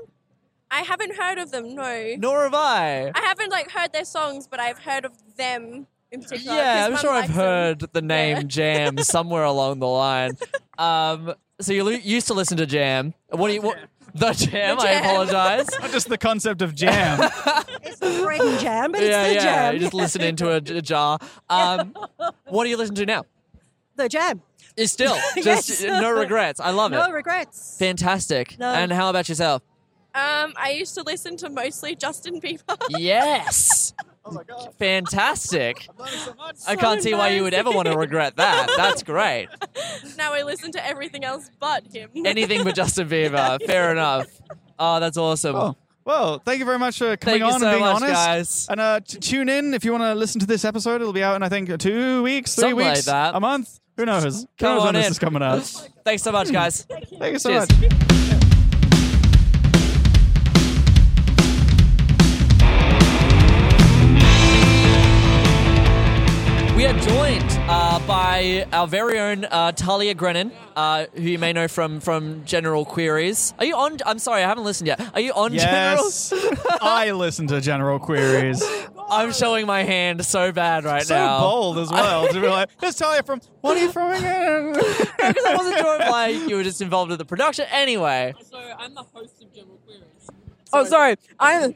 I haven't heard of them, no.
Nor have I.
I haven't like heard their songs, but I've heard of them in particular.
Yeah,
'cause
I'm
Mum
sure I've
likes them.
heard the name Jam somewhere along the line. Um, so you lo- used to listen to Jam. What do you? What, the Jam. I
Jam.
apologize.
Not just the concept of jam.
Bread and jam, but
yeah,
it's the
yeah.
jam.
You just listen into a, j- jar. Um, what do you listen to now?
The jam.
It's still
Yes.
just uh, no regrets. I love
No
it.
regrets.
Fantastic.
No.
And how about yourself?
Um, I used to listen to mostly Justin Bieber.
Yes. Oh my god. Fantastic. I
So
can't see why you would
nice.
ever want to regret that. That's great.
now I listen to everything else but him.
Anything but Justin Bieber. Fair enough. Oh, that's awesome.
Oh, well, thank you very much for coming
Thank you
on
so
and being
much,
honest.
guys.
And uh, t- tune in if you want to listen to this episode. It'll be out in I think two weeks, three
Something like
weeks,
that.
a month. Who knows? Who
Come
knows
on
when this
in.
is coming out?
Thanks so much, guys.
Thank you so
Cheers.
much.
We are joined uh, by our very own uh, Talia Grennan, uh, who you may know from from General Queries. Are you on? I'm sorry, I haven't listened yet. Are you on
Yes,
General?
I listen to general queries.
I'm showing my hand so bad right
Oh. so
now.
bold as well to be like, "Here's Talia from." What are you from again?
Because I wasn't sure if like, you were just involved with the production. Anyway,
So I'm the host of General Queries.
Oh, sorry.
I'm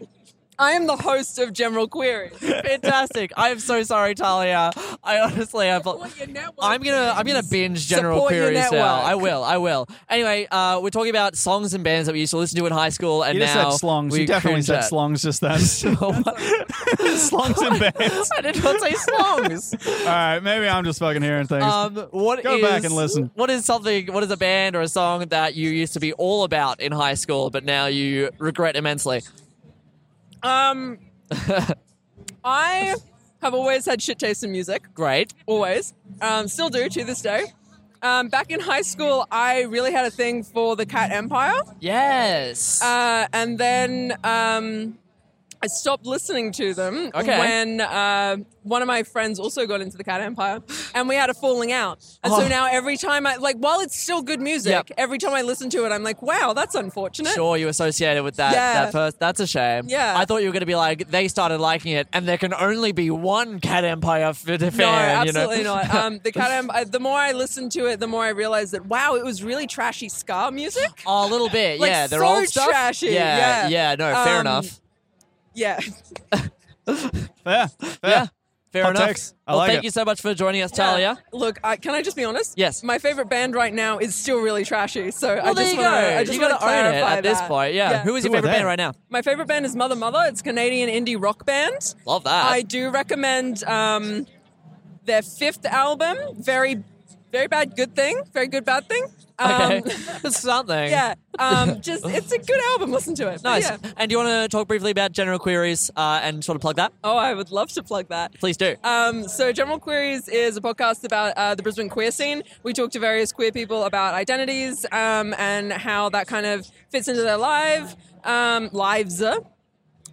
I am the host of General Queries.
fantastic. I am so sorry, Talia. I honestly, I. I'm gonna I'm gonna binge General
Support your
Queries now.
network.
I will. I will. Anyway, uh, we're talking about songs and bands that we used to listen to in high school, and
you just said
now
slongs.
we
You definitely
cringe
said
at.
slongs just then. slongs and bands.
I did not say songs.
All right, maybe I'm just fucking hearing things.
Um, what
Go back
is-
and listen.
What is something? What is a band or a song that you used to be all about in high school, but now you regret immensely?
Um, I have always had shit taste in music.
Great.
Always. Um, still do to this day. Um, back in high school, I really had a thing for the Cat Empire.
Yes.
Uh, and then um, I stopped listening to them
Okay.
when uh, one of my friends also got into the Cat Empire, and we had a falling out. And
Oh.
so now every time I like, while it's still good music,
Yep.
every time I listen to it, I'm like, wow, that's unfortunate.
Sure, you associated with that
Yeah.
that person. That's a shame.
Yeah.
I thought you were going to be like they started liking it, and there can only be one Cat Empire f- fan.
No,
you know?
absolutely not. Um, the Cat Empire. I- The more I listened to it, the more I realized that wow, it was really trashy ska music.
Oh, a little bit.
Like,
yeah, they're
so
old stuff.
trashy,
Yeah,
yeah.
no, fair
Um,
enough.
Yeah.
Yeah,
yeah, fair
Hot
enough.
takes. I
well,
like
thank
it.
you so much for joining us, Talia.
Look, I, can I just be honest?
Yes.
My favorite band right now is still really trashy. So I
Well, there
just
you
want
go.
to. I
You
just
gotta
want to
own it
clarify
at this
that.
point, yeah. Who is your Who are favorite band they? right now?
My favorite band is Mother Mother. It's a Canadian indie rock band.
Love that.
I do recommend um, their fifth album. Very, very bad. Good thing. Very good. Bad thing. Um,
Okay, something.
Yeah. Um, just it's a good album. Listen to it. But
Nice.
yeah.
And do you want to talk briefly about general queries uh, and sort of plug that?
Oh, I would love to plug that.
Please do.
Um, so, General Queries is a podcast about uh, the Brisbane queer scene. We talk to various queer people about identities um, and how that kind of fits into their life, um, lives.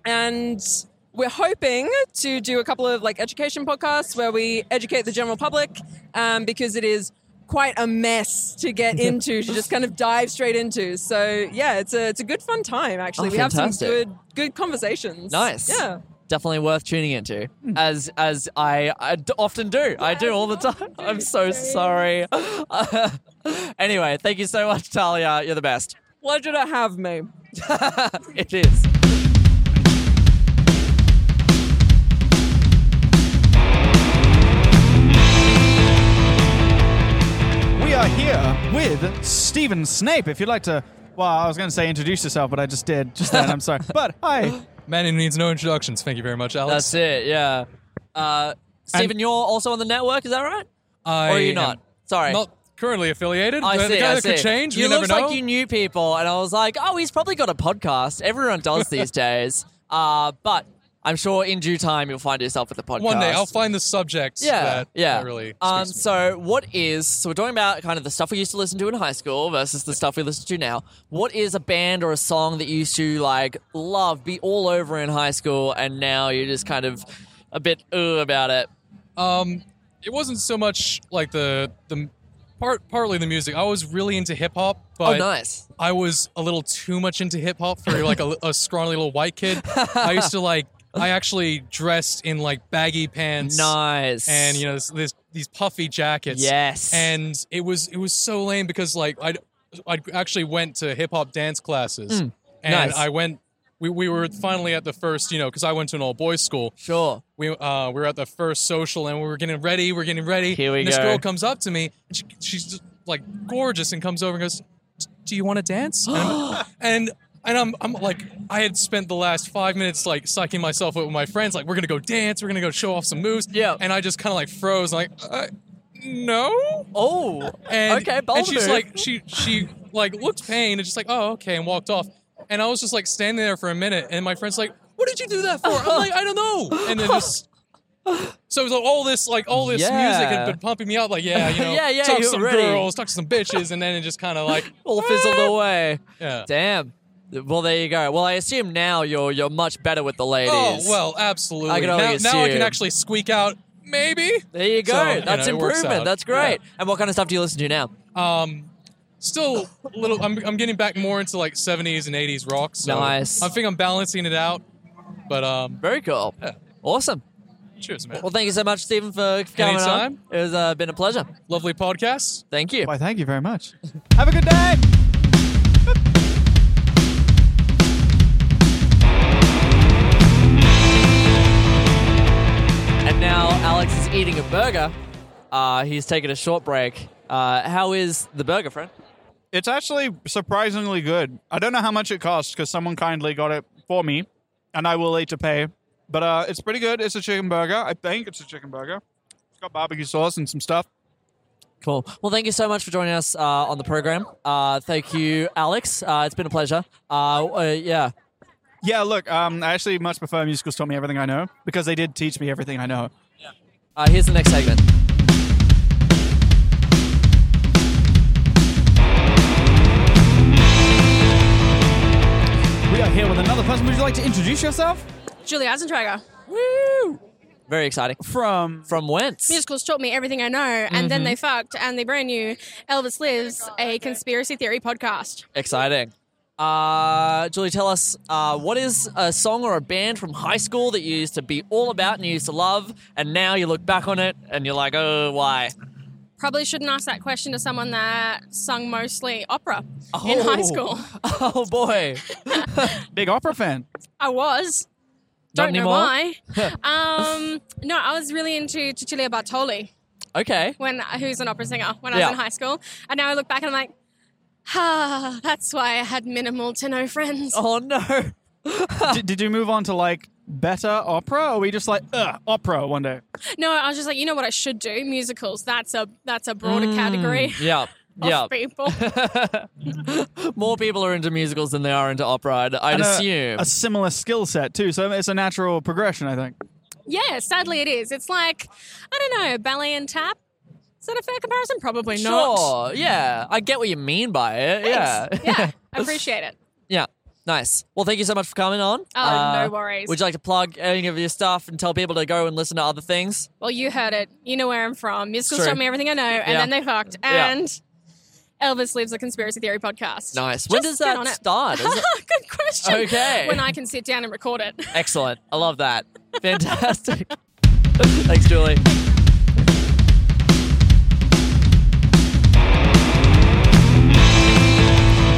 And we're hoping to do a couple of like education podcasts where we educate the general public um, because it is quite a mess to get into to just kind of dive straight into. So yeah, it's a it's a good fun time actually.
Oh,
we have
fantastic.
some good good conversations.
Nice.
Yeah. Hmm.
Definitely worth tuning into, as as I, I d- often do. I do all the time. I'm so sorry. anyway, thank you so much, Talia. You're the best.
Pleasure to have me.
It is.
We are here with Stephen Snape. If you'd like to, well, I was going to say introduce yourself, but I just did just then. I'm sorry. But hi.
Manny needs no introductions. Thank you very much, Alex.
That's it. Yeah. Uh, Stephen, you're also on the network. Is that right?
I
or are you
am
not? Sorry.
Not currently affiliated.
I
but
see.
the guy
I
that
see.
could change.
You
we never
looked
know.
like you knew people, and I was like, oh, he's probably got a podcast. Everyone does these days. Uh, but I'm sure in due time you'll find yourself with a podcast.
One day I'll find the subject.
yeah,
That,
yeah.
that really.
Um, so what is? So we're talking about kind of the stuff we used to listen to in high school versus the stuff we listen to now. What is a band or a song that you used to like love, be all over in high school, and now you're just kind of a bit uh, about it?
Um, it wasn't so much like the the part partly the music. I was really into hip hop, but
Oh, nice.
I was a little too much into hip hop for like a, a scrawny little white kid. I used to like. I actually dressed in like baggy pants,
Nice.
and you know this, this these puffy jackets.
Yes.
and it was it was so lame because like I I actually went to hip hop dance classes,
Mm.
and
Nice.
I went. We, we were finally at the first, you know, because I went to an all boys school.
Sure.
We uh, we were at the first social, and we were getting ready. We're getting ready.
Here we
and This
go.
girl comes up to me, and she, she's just, like gorgeous, and comes over and goes, "Do you want to dance?" And I'm- and and I'm I'm like I had spent the last five minutes like psyching myself up with my friends, like we're gonna go dance, we're gonna go show off some moves. Yeah. And I just kind of like froze, like uh, no.
Oh.
And,
okay, bold
And she's
move.
like she she like looked pained and just like oh okay and walked off. And I was just like standing there for a minute, and my friend's like, "What did you do that for?" I'm like, "I don't know." And then just. So it was like all this, like all this music
Yeah.
had been pumping me up, like yeah, you know,
Yeah, yeah,
talk to
you're
some
ready.
girls, talk to some bitches, and then it just kind of like
all fizzled away.
Eh. Yeah.
Damn. Well, there you go. Well, I assume now you're you're much better with the ladies.
Oh well, absolutely.
I can
now,
only
now I can
assume.
actually squeak out maybe.
There you go.
So, you
That's
know, it works
improvement.
out.
That's great. And what kind of stuff do you listen to now?
Um, still a little. I'm, I'm getting back more into like 70s and 80s rock. So
Nice.
I think I'm balancing it out. But um,
very cool. Awesome.
Cheers, man.
Well, thank you so much, Stephen, for coming
Anytime.
on. It has uh, been a pleasure.
Lovely podcast.
Thank you.
Why, thank you very much.
Have a good day. And now Alex is eating a burger. Uh, he's taking a short break. Uh, how is the burger, friend?
It's actually surprisingly good. I don't know how much it costs because someone kindly got it for me, and I will later pay. But uh, it's pretty good. It's a chicken burger. I think it's a chicken burger. It's got barbecue sauce and some stuff.
Cool. Well, thank you so much for joining us uh, on the program. Uh, thank you, Alex. Uh, it's been a pleasure. Uh, uh, yeah.
Yeah, look, um, I actually much prefer musicals taught me everything I know because they did teach me everything I know.
Uh, here's the next segment.
We are here with another person. Would you like to introduce yourself?
Julie Eisentrager.
Very exciting.
From
from whence?
Musicals taught me everything I know, and then
Mhm.
they fucked, and they brand new Elvis
Oh
Lives, a conspiracy theory podcast.
Exciting. Uh, Julie, tell us uh, what is a song or a band from high school that you used to be all about and you used to love, and now you look back on it and you're like, oh, why?
Probably shouldn't ask that question to someone that sung mostly opera in high
Oh.
school.
Oh boy,
big opera fan.
I was.
Not
Don't know
anymore?
why. um, no, I was really into Cecilia Bartoli,
Okay.
when who's an opera singer when I
Yeah.
was in high school, and now I look back and I'm like, ah, that's why I had minimal to no friends.
Oh no.
did, did you move on to like better opera, or were you just like Ugh, opera one day?
No, I was just like, you know what I should do? Musicals. That's a that's a broader
Mm,
category
Yeah.
of
Yeah.
people.
More people are into musicals than they are into opera, I'd, I'd
And a-
assume.
a similar skill set too. So it's a natural progression, I think.
yeah, sadly it is. It's like I don't know, ballet and tap. Is that a fair comparison? Probably not.
Sure. Yeah. I get what you mean by it.
Thanks.
Yeah.
yeah, I appreciate it.
Yeah. Nice. Well, thank you so much for coming on. Uh,
Oh, no worries.
Would you like to plug any of your stuff and tell people to go and listen to other things?
Well, you heard it. You know where I'm from. Musicals
True.
taught me everything I know, and
Yeah.
then they fucked.
Yeah.
And Elvis lives a conspiracy theory podcast.
Nice. When does
Just get
that
on it.
start? Is it-
Good question.
Okay.
When I can sit down and record it.
Excellent. I love that. Fantastic. Thanks, Julie.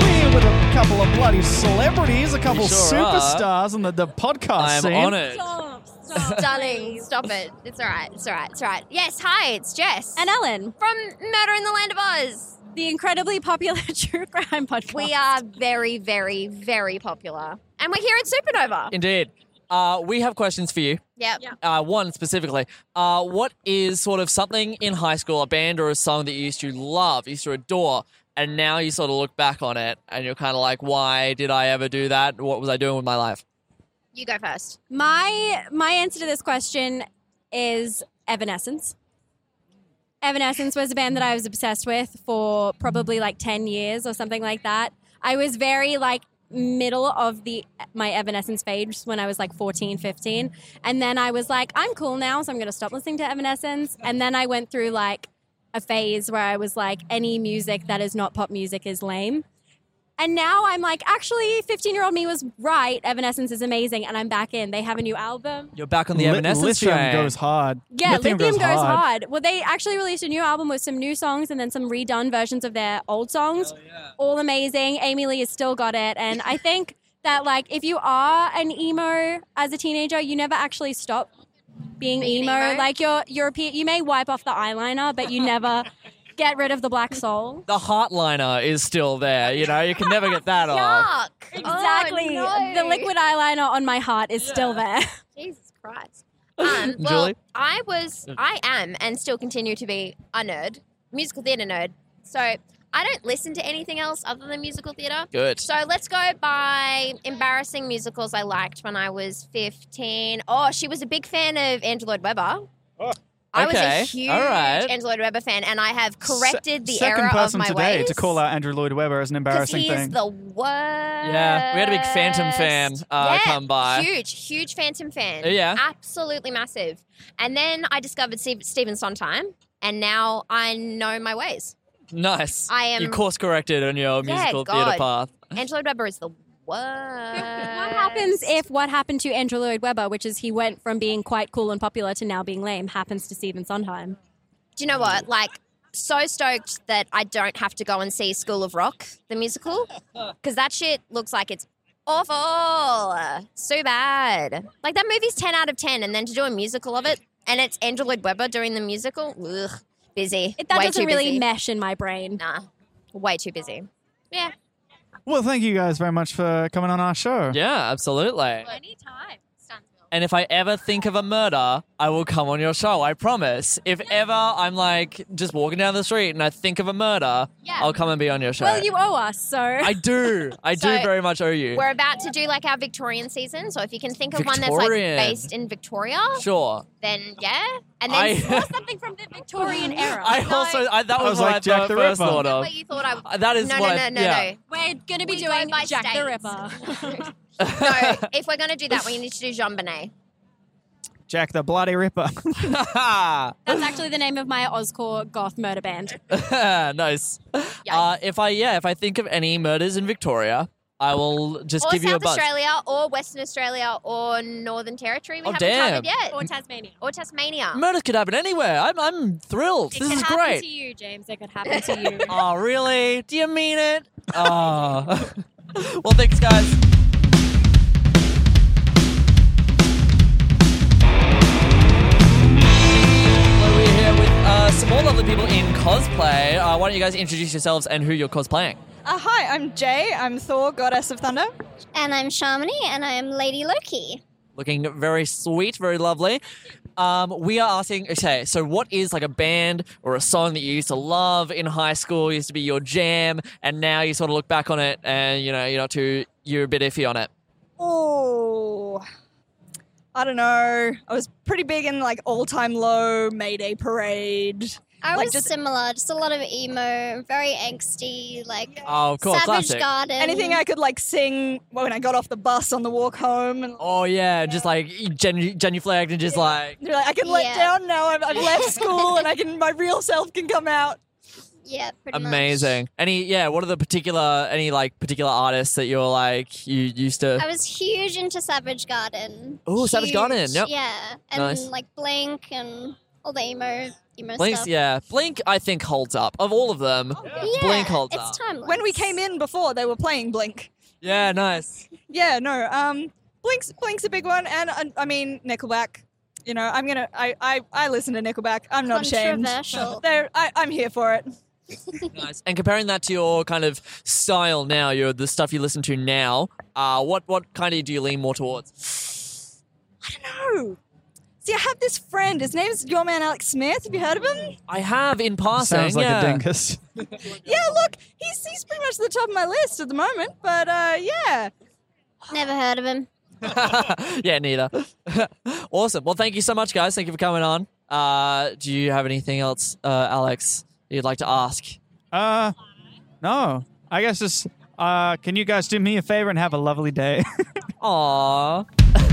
Here with a couple of bloody celebrities, a couple
sure
superstars in the, the podcast
I am
scene.
on it.
Oh, Darling, stop it. It's all right. It's all right. It's all right. Yes, hi, it's Jess. And Ellen. From Murder in the Land of Oz. The incredibly popular true crime podcast. We are very, very, very popular. And we're here at Supernova.
Indeed. Uh, we have questions for you.
Yep.
Uh, one specifically. Uh, what is sort of something in high school, a band or a song that you used to love, used to adore, and now you sort of look back on it and you're kind of like, why did I ever do that? What was I doing with my life?
You go first.
My my answer to this question is Evanescence. Evanescence was a band that I was obsessed with for probably like 10 years or something like that. I was very like middle of the my Evanescence phase when I was like 14, 15. And then I was like, I'm cool now, so I'm going to stop listening to Evanescence. And then I went through like a phase where I was like any music that is not pop music is lame. And now I'm like, actually, 15 year old me was right. Evanescence is amazing. And I'm back in. They have a new album.
You're back on the
Li-
Evanescence
lithium
train.
goes hard.
Yeah, Lithium, goes, hard. Well, they actually released a new album with some new songs and then some redone versions of their old songs. All amazing. Amy Lee has still got it. And I think that, like, if you are an emo as a teenager, you never actually stop being emo. Like, you're, you're, pe- you may wipe off the eyeliner, but you never get rid of the black soul.
The heartliner is still there. You know, you can never get that off.
Oh, Exactly.
Oh, no.
The liquid eyeliner on my heart is still there.
Jesus Christ. Um, well,
Julie?
I was,
Mm.
I am, and still continue to be a nerd, musical theatre nerd. So I don't listen to anything else other than musical theatre.
Good.
So let's go by embarrassing musicals I liked when I was 15. Oh, she was a big fan of Andrew Lloyd Webber. I was a
Okay.
huge
All right.
Andrew Lloyd Webber fan, and I have corrected the
Second
error of
person
my
today
ways.
to call out Andrew Lloyd Webber as an
Because
embarrassing
he's
thing.
the worst.
Yeah, we had a big Phantom fan uh,
yeah,
come by.
Huge, huge Phantom fan.
Yeah.
Absolutely massive. And then I discovered Steve, Stephen Sondheim, and now I know my ways.
Nice.
I am-
You course corrected on your
Um, Yeah,
musical
God.
theatre path.
Angela Webber is the
What
worst.
happens if what happened to Andrew Lloyd Webber, which is he went from being quite cool and popular to now being lame, happens to Stephen Sondheim?
Do you know what? Like, so stoked that I don't have to go and see School of Rock, the musical, because that shit looks like it's awful. So bad. Like, that movie's 10 out of 10, and then to do a musical of it, and it's Andrew Lloyd Webber doing the musical, ugh, busy.
That
Way
doesn't
too
really
busy.
mesh in my brain.
Nah, way too busy. Yeah.
well, thank you guys very much for coming on our show.
Yeah, absolutely.
Anytime.
And if I ever think of a murder, I will come on your show. I promise. If ever I'm like just walking down the street and I think of a murder, I'll come and be on your show.
Well, you owe us, so.
I do. I do
So,
very much owe you.
We're about to do like our Victorian season, so if you can think of one that's
Victorian.
like based in Victoria,
Sure.
Then yeah, and then
I-
or something from the Victorian era.
I
No,
also I, that
I
was,
was
what
like
I
Jack
thought
the
first
Ripper.
thought of.
what you thought I was.
Uh, That is
no,
what
no,
I-
no, no,
yeah.
no. We're
gonna be
doing Jack the Ripper. no, if we're gonna do that, we need to do Jean Bonnet.
Jack the Bloody Ripper.
That's actually the name of my Oscorp goth murder band.
nice. Uh, if I yeah, if I think of any murders in Victoria, I will just
or
give
South
you a buzz.
Australia, or Western Australia, or Northern Territory. We
Oh,
haven't
damn.
covered yet.
Or Tasmania.
Or Tasmania.
Murders could happen anywhere. I'm I'm thrilled.
It
this
could
is
happen
great.
to you, James. It could happen to you.
Oh really? Do you mean it? Oh. well, thanks guys. Well, we're here with uh, some more lovely people in cosplay. Uh, why don't you guys introduce yourselves and who you're cosplaying?
Uh, hi, I'm Jay. I'm Thor, goddess of thunder.
And I'm Sharmini, and I'm Lady Loki.
looking very sweet, very lovely. Um, we are asking, okay, so what is like a band or a song that you used to love in high school, used to be your jam, and now you sort of look back on it and you know you're not too, you're a bit iffy on it.
Oh, I don't know. I was pretty big in like all time low Mayday parade.
I
like
was similar, just a lot of emo, very angsty, like
Oh, cool,
Savage
classic.
Garden.
anything I could like sing when I got off the bus on the walk home, and
Oh yeah, just like genu- genuflect and just like
they're like, I can let down now. I've, I've left school, and I can my real self can come out.
Yeah, pretty
Um, amazing. Any yeah, what are the particular any like particular artists that you're like you used to?
I was huge into Savage Garden.
Ooh, Savage
Huge,
Garden, yep.
Yeah, and
Nice.
like Blink and all the emo, emo
Blink's
stuff. Oh,
yeah, Blink I think holds up of all of them. Blink holds up.
When we came in before, they were playing Blink.
yeah, nice.
Yeah, no. Um, Blink's Blink's a big one, and uh, I mean Nickelback. You know, I'm gonna. I I, I listen to Nickelback. I'm not ashamed.
Controversial.
They're- I, I'm here for it.
Nice. And comparing that to your kind of style now, your the stuff you listen to now, uh, what what kind of do you lean more towards?
No. See, I have this friend. His name's your man Alex Smith. Have you heard of him?
I have in passing.
Sounds like
yeah.
a dingus.
Yeah, look, he's he's pretty much at the top of my list at the moment. But uh, yeah,
Never heard of him.
yeah, neither. awesome. Well, thank you so much, guys. Thank you for coming on. Uh, do you have anything else, uh, Alex, you'd like to ask?
Uh, no. I guess it's. Uh, can you guys do me a favor and have a lovely day?
Aww.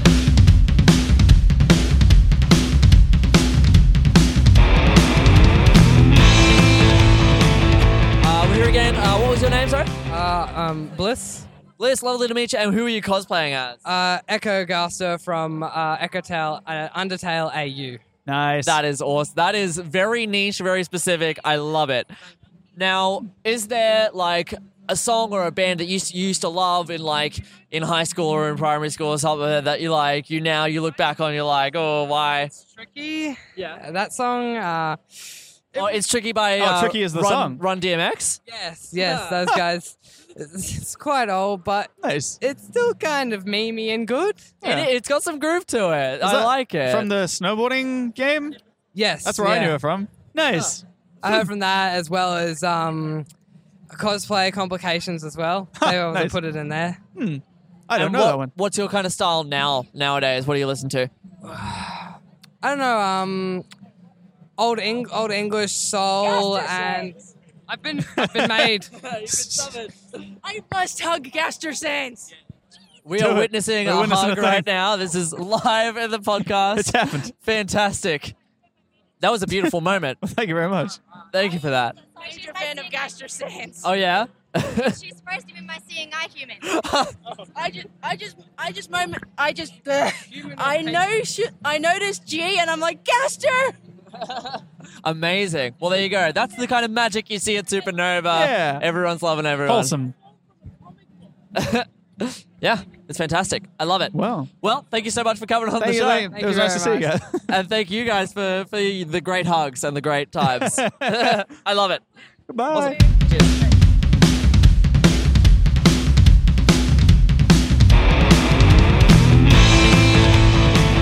Uh, we're here again. Uh, what was your name, sorry?
Uh, um, Bliss.
Bliss, lovely to meet you. And who are you cosplaying as?
Uh, Echo Gaster from uh, Echotail, uh, Undertale AU.
Nice.
That is awesome. That is very niche, very specific. I love it. Now, is there like a song or a band that you s- you used to love in like in high school or in primary school or something that you like you now you look back on you're like oh why
Tricky. Yeah. That song. Uh,
oh it's tricky by uh, Run- Run DMX
Yes, yes, those guys. It's it's quite old, but it's still kind of memey and good.
Yeah. It- it's got some groove to it.
Is that From the snowboarding game?
Yes,
That's where I knew
yeah.
it from. Nice.
I heard from that as well as um, cosplay complications as well. They also
Nice.
put it in there.
Hmm.
I don't
And
know
what-
that one.
What's your kind of style now nowadays? What do you listen to?
I don't know. Um, old Eng- old English soul and I've been I've been made.
I must hug Gaster Sands.
We
Do
are
it.
witnessing
We're
a
witnessing a
hug
thing.
right now. This is live in the podcast. it's happened. Fantastic. That was a beautiful moment.
Thank you very much.
Thank you for that.
Major fan of Gaster Sands.
Oh yeah.
She's supposed to be my seeing eye human. I just, I just, I just moment, I just, uh, I know, sh- I noticed G, and I'm like Gaster.
Amazing. Well, there you go. That's the kind of magic you see at Supernova.
Yeah.
Everyone's loving everyone.
Wholesome.
Yeah, it's fantastic. I love it.
Wow.
Well, thank you so much for coming on
Thank
the
you,
show.
Lane. Thank It was you nice to very see you much.
and thank you guys for, for the great hugs and the great times. I love it.
Goodbye.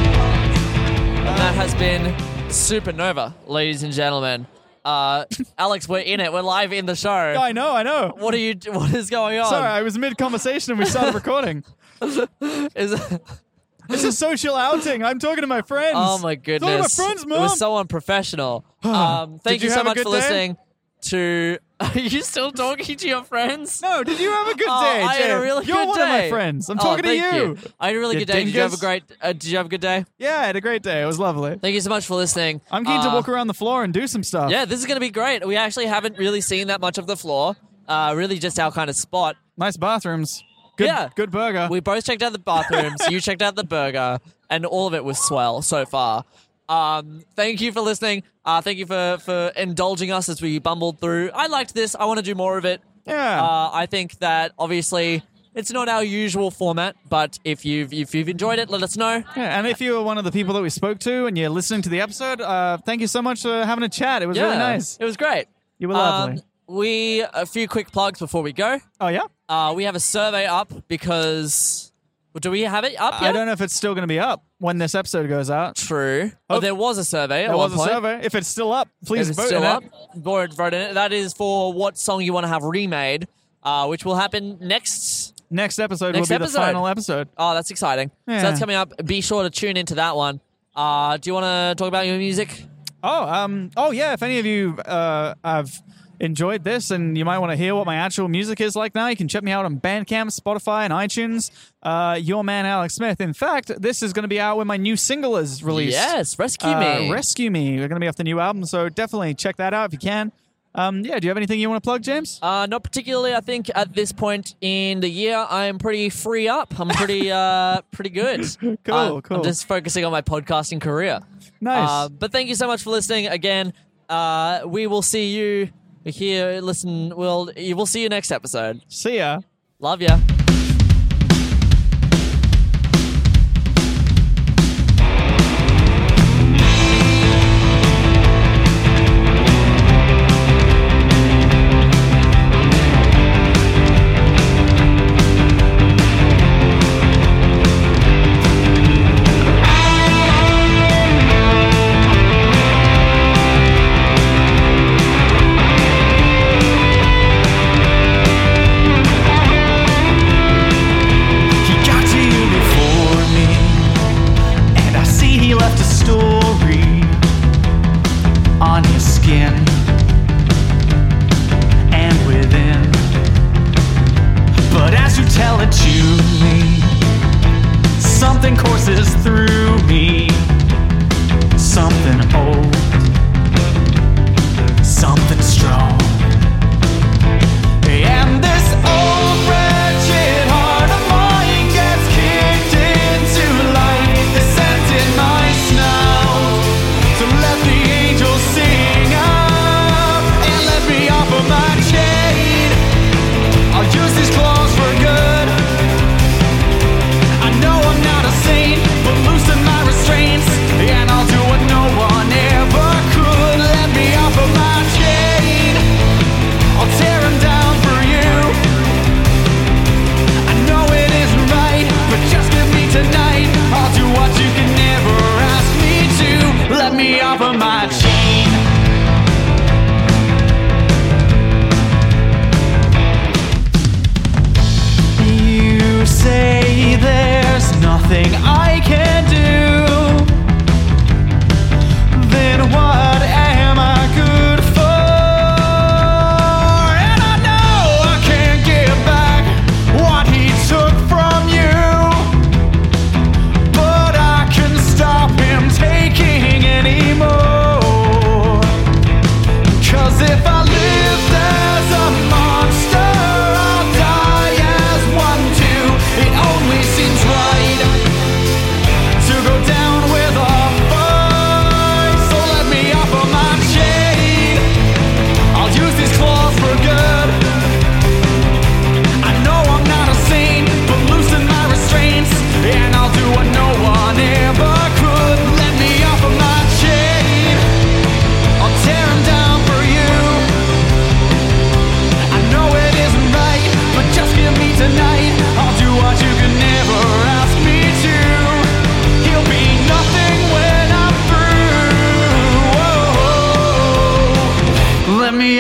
And that has been Supernova, ladies and gentlemen. Uh, Alex, we're in it. We're live in the show. I
know, I know.
What are you? What is going on?
Sorry, I was mid conversation and we started recording.
is
it's a social outing. I'm talking to my friends.
Oh my
Talking to
goodness!
my friends, mom.
It was so unprofessional. um,
Did
thank
you
you, so
have a
much
good
for
day?
listening. To are you still talking to your friends?
No. Did you have a good
Oh,
day?
I had a
Jane?
really
You're
good
one
day.
of my friends. I'm
Oh,
talking to
thank
you.
I had a really
You
good day. Did you have a
dingus.
great? Uh, did you have a good day?
Yeah, I had a great day. It was lovely.
Thank you so much for listening.
I'm keen to
Uh,
walk around the floor and do some stuff.
Yeah, this is going to be great. We actually haven't really seen that much of the floor. Uh, really, just our kind of spot.
Nice bathrooms. Good,
yeah,
good burger.
We both checked out the bathrooms. you checked out the burger, and all of it was swell so far. Um, thank you for listening. Uh, thank you for for indulging us as we bumbled through. I liked this. I want to do more of it.
Yeah.
Uh, I think that obviously it's not our usual format, but if you've if you've enjoyed it, let us know.
Yeah, and if you were one of the people that we spoke to and you're listening to the episode, uh, thank you so much for having a chat. It was really
Yeah,
nice.
It was great. Um,
You were lovely.
we a few quick plugs before we go.
Oh yeah.
Uh, we have a survey up because well, do we have it up?
I
Yet?
don't know if it's still going to be up when this episode goes out.
True. Oh, there was a survey. at
There
one
was a
point.
survey. If it's still up, please
If it's
vote
still
in it.
up. Vote, vote in it. That is for what song you want to have remade, uh, which will happen next.
Next episode
Next
will be
episode.
the final episode.
Oh, that's exciting. So that's
Yeah.
coming up. Be sure to tune into that one. Uh, do you want to talk about your music?
Oh, um, oh yeah. If any of you uh, have enjoyed this and you might want to hear what my actual music is like now, you can check me out on Bandcamp, Spotify, and iTunes. Uh, Your man Alex Smith. In fact, this is going to be out when my new single is released.
Yes, Rescue
Uh,
Me.
Rescue Me. We're going to be off the new album, so definitely check that out if you can. Um, yeah. Do you have anything you want to plug, James?
Uh, not particularly. I think at this point in the year, I'm pretty free up. I'm pretty, uh, pretty good. Cool,
cool.
I'm just focusing on my podcasting career.
Nice.
Uh, but thank you so much for listening again. Uh, we will see you here. Listen, we'll you will see you next episode.
See ya.
Love ya.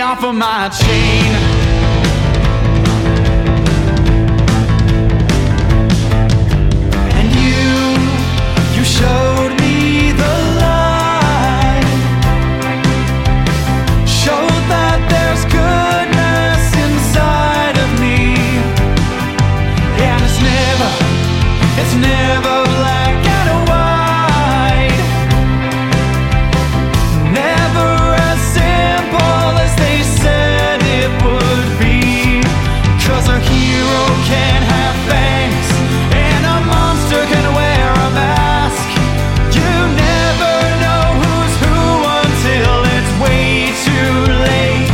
off of my chain.
And you, you showed me the light. Showed that there's goodness inside of me. And it's never, it's never black and white. Never as simple as they said it would be. Cause a hero can have fangs, and a monster can wear a mask. You never know who's who until it's way too late.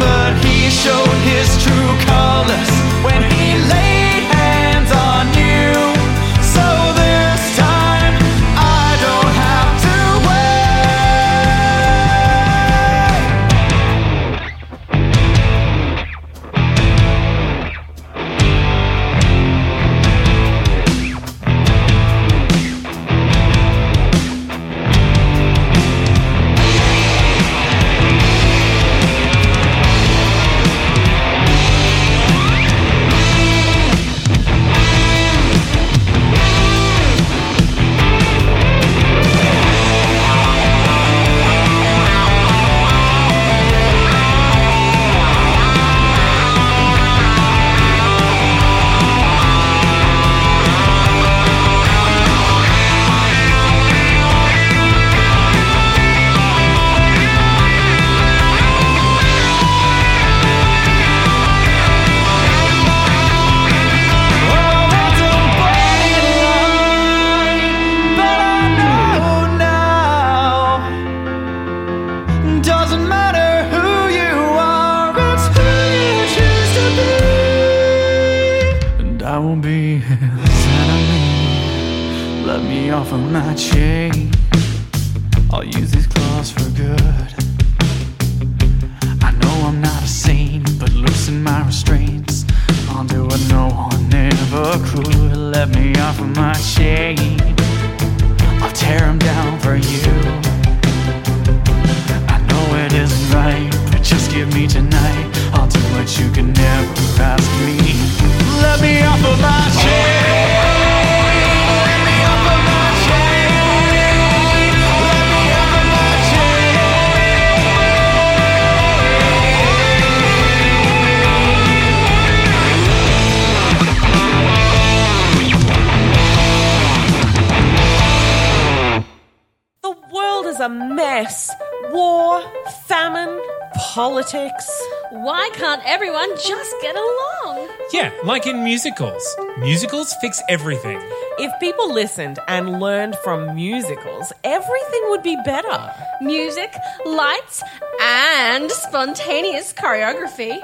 But he showed his true colors when he laid hands on you. So this time, I don't have to wait. Doesn't matter who you are, it's who you choose to be. And I will be his enemy. Let me off of my chain. I'll use these claws for good. I know I'm not a saint, but loosen my restraints. I'll do what no one ever could. Let me off of my chain. I'll tear him down for you know it isn't right, but just give me tonight. I'll do what you can never ask me. Let me off of my chain. Let me off of my chain. Let me off of my chain.
The world is a mess. War, famine, politics.
Why can't everyone just get along?
Yeah, like in musicals. Musicals fix everything.
If people listened and learned from musicals, everything would be better.
Music, lights, and spontaneous choreography.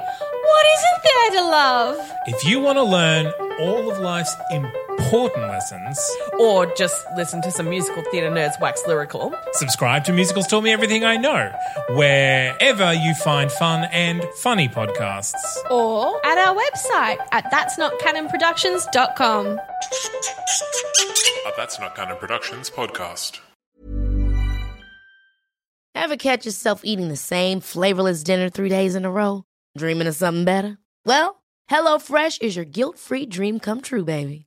What isn't there to love?
If you want to learn all of life's important lessons,
Or just listen to some musical theatre nerds wax lyrical.
subscribe to Musicals Taught Me Everything I Know, wherever you find fun and funny podcasts.
Or at our website at that'snotcanonproductions.com.
A That's Not Canon Productions podcast.
Ever catch yourself eating the same flavorless dinner three days in a row? Dreaming of something better? Well, HelloFresh is your guilt free dream come true, baby.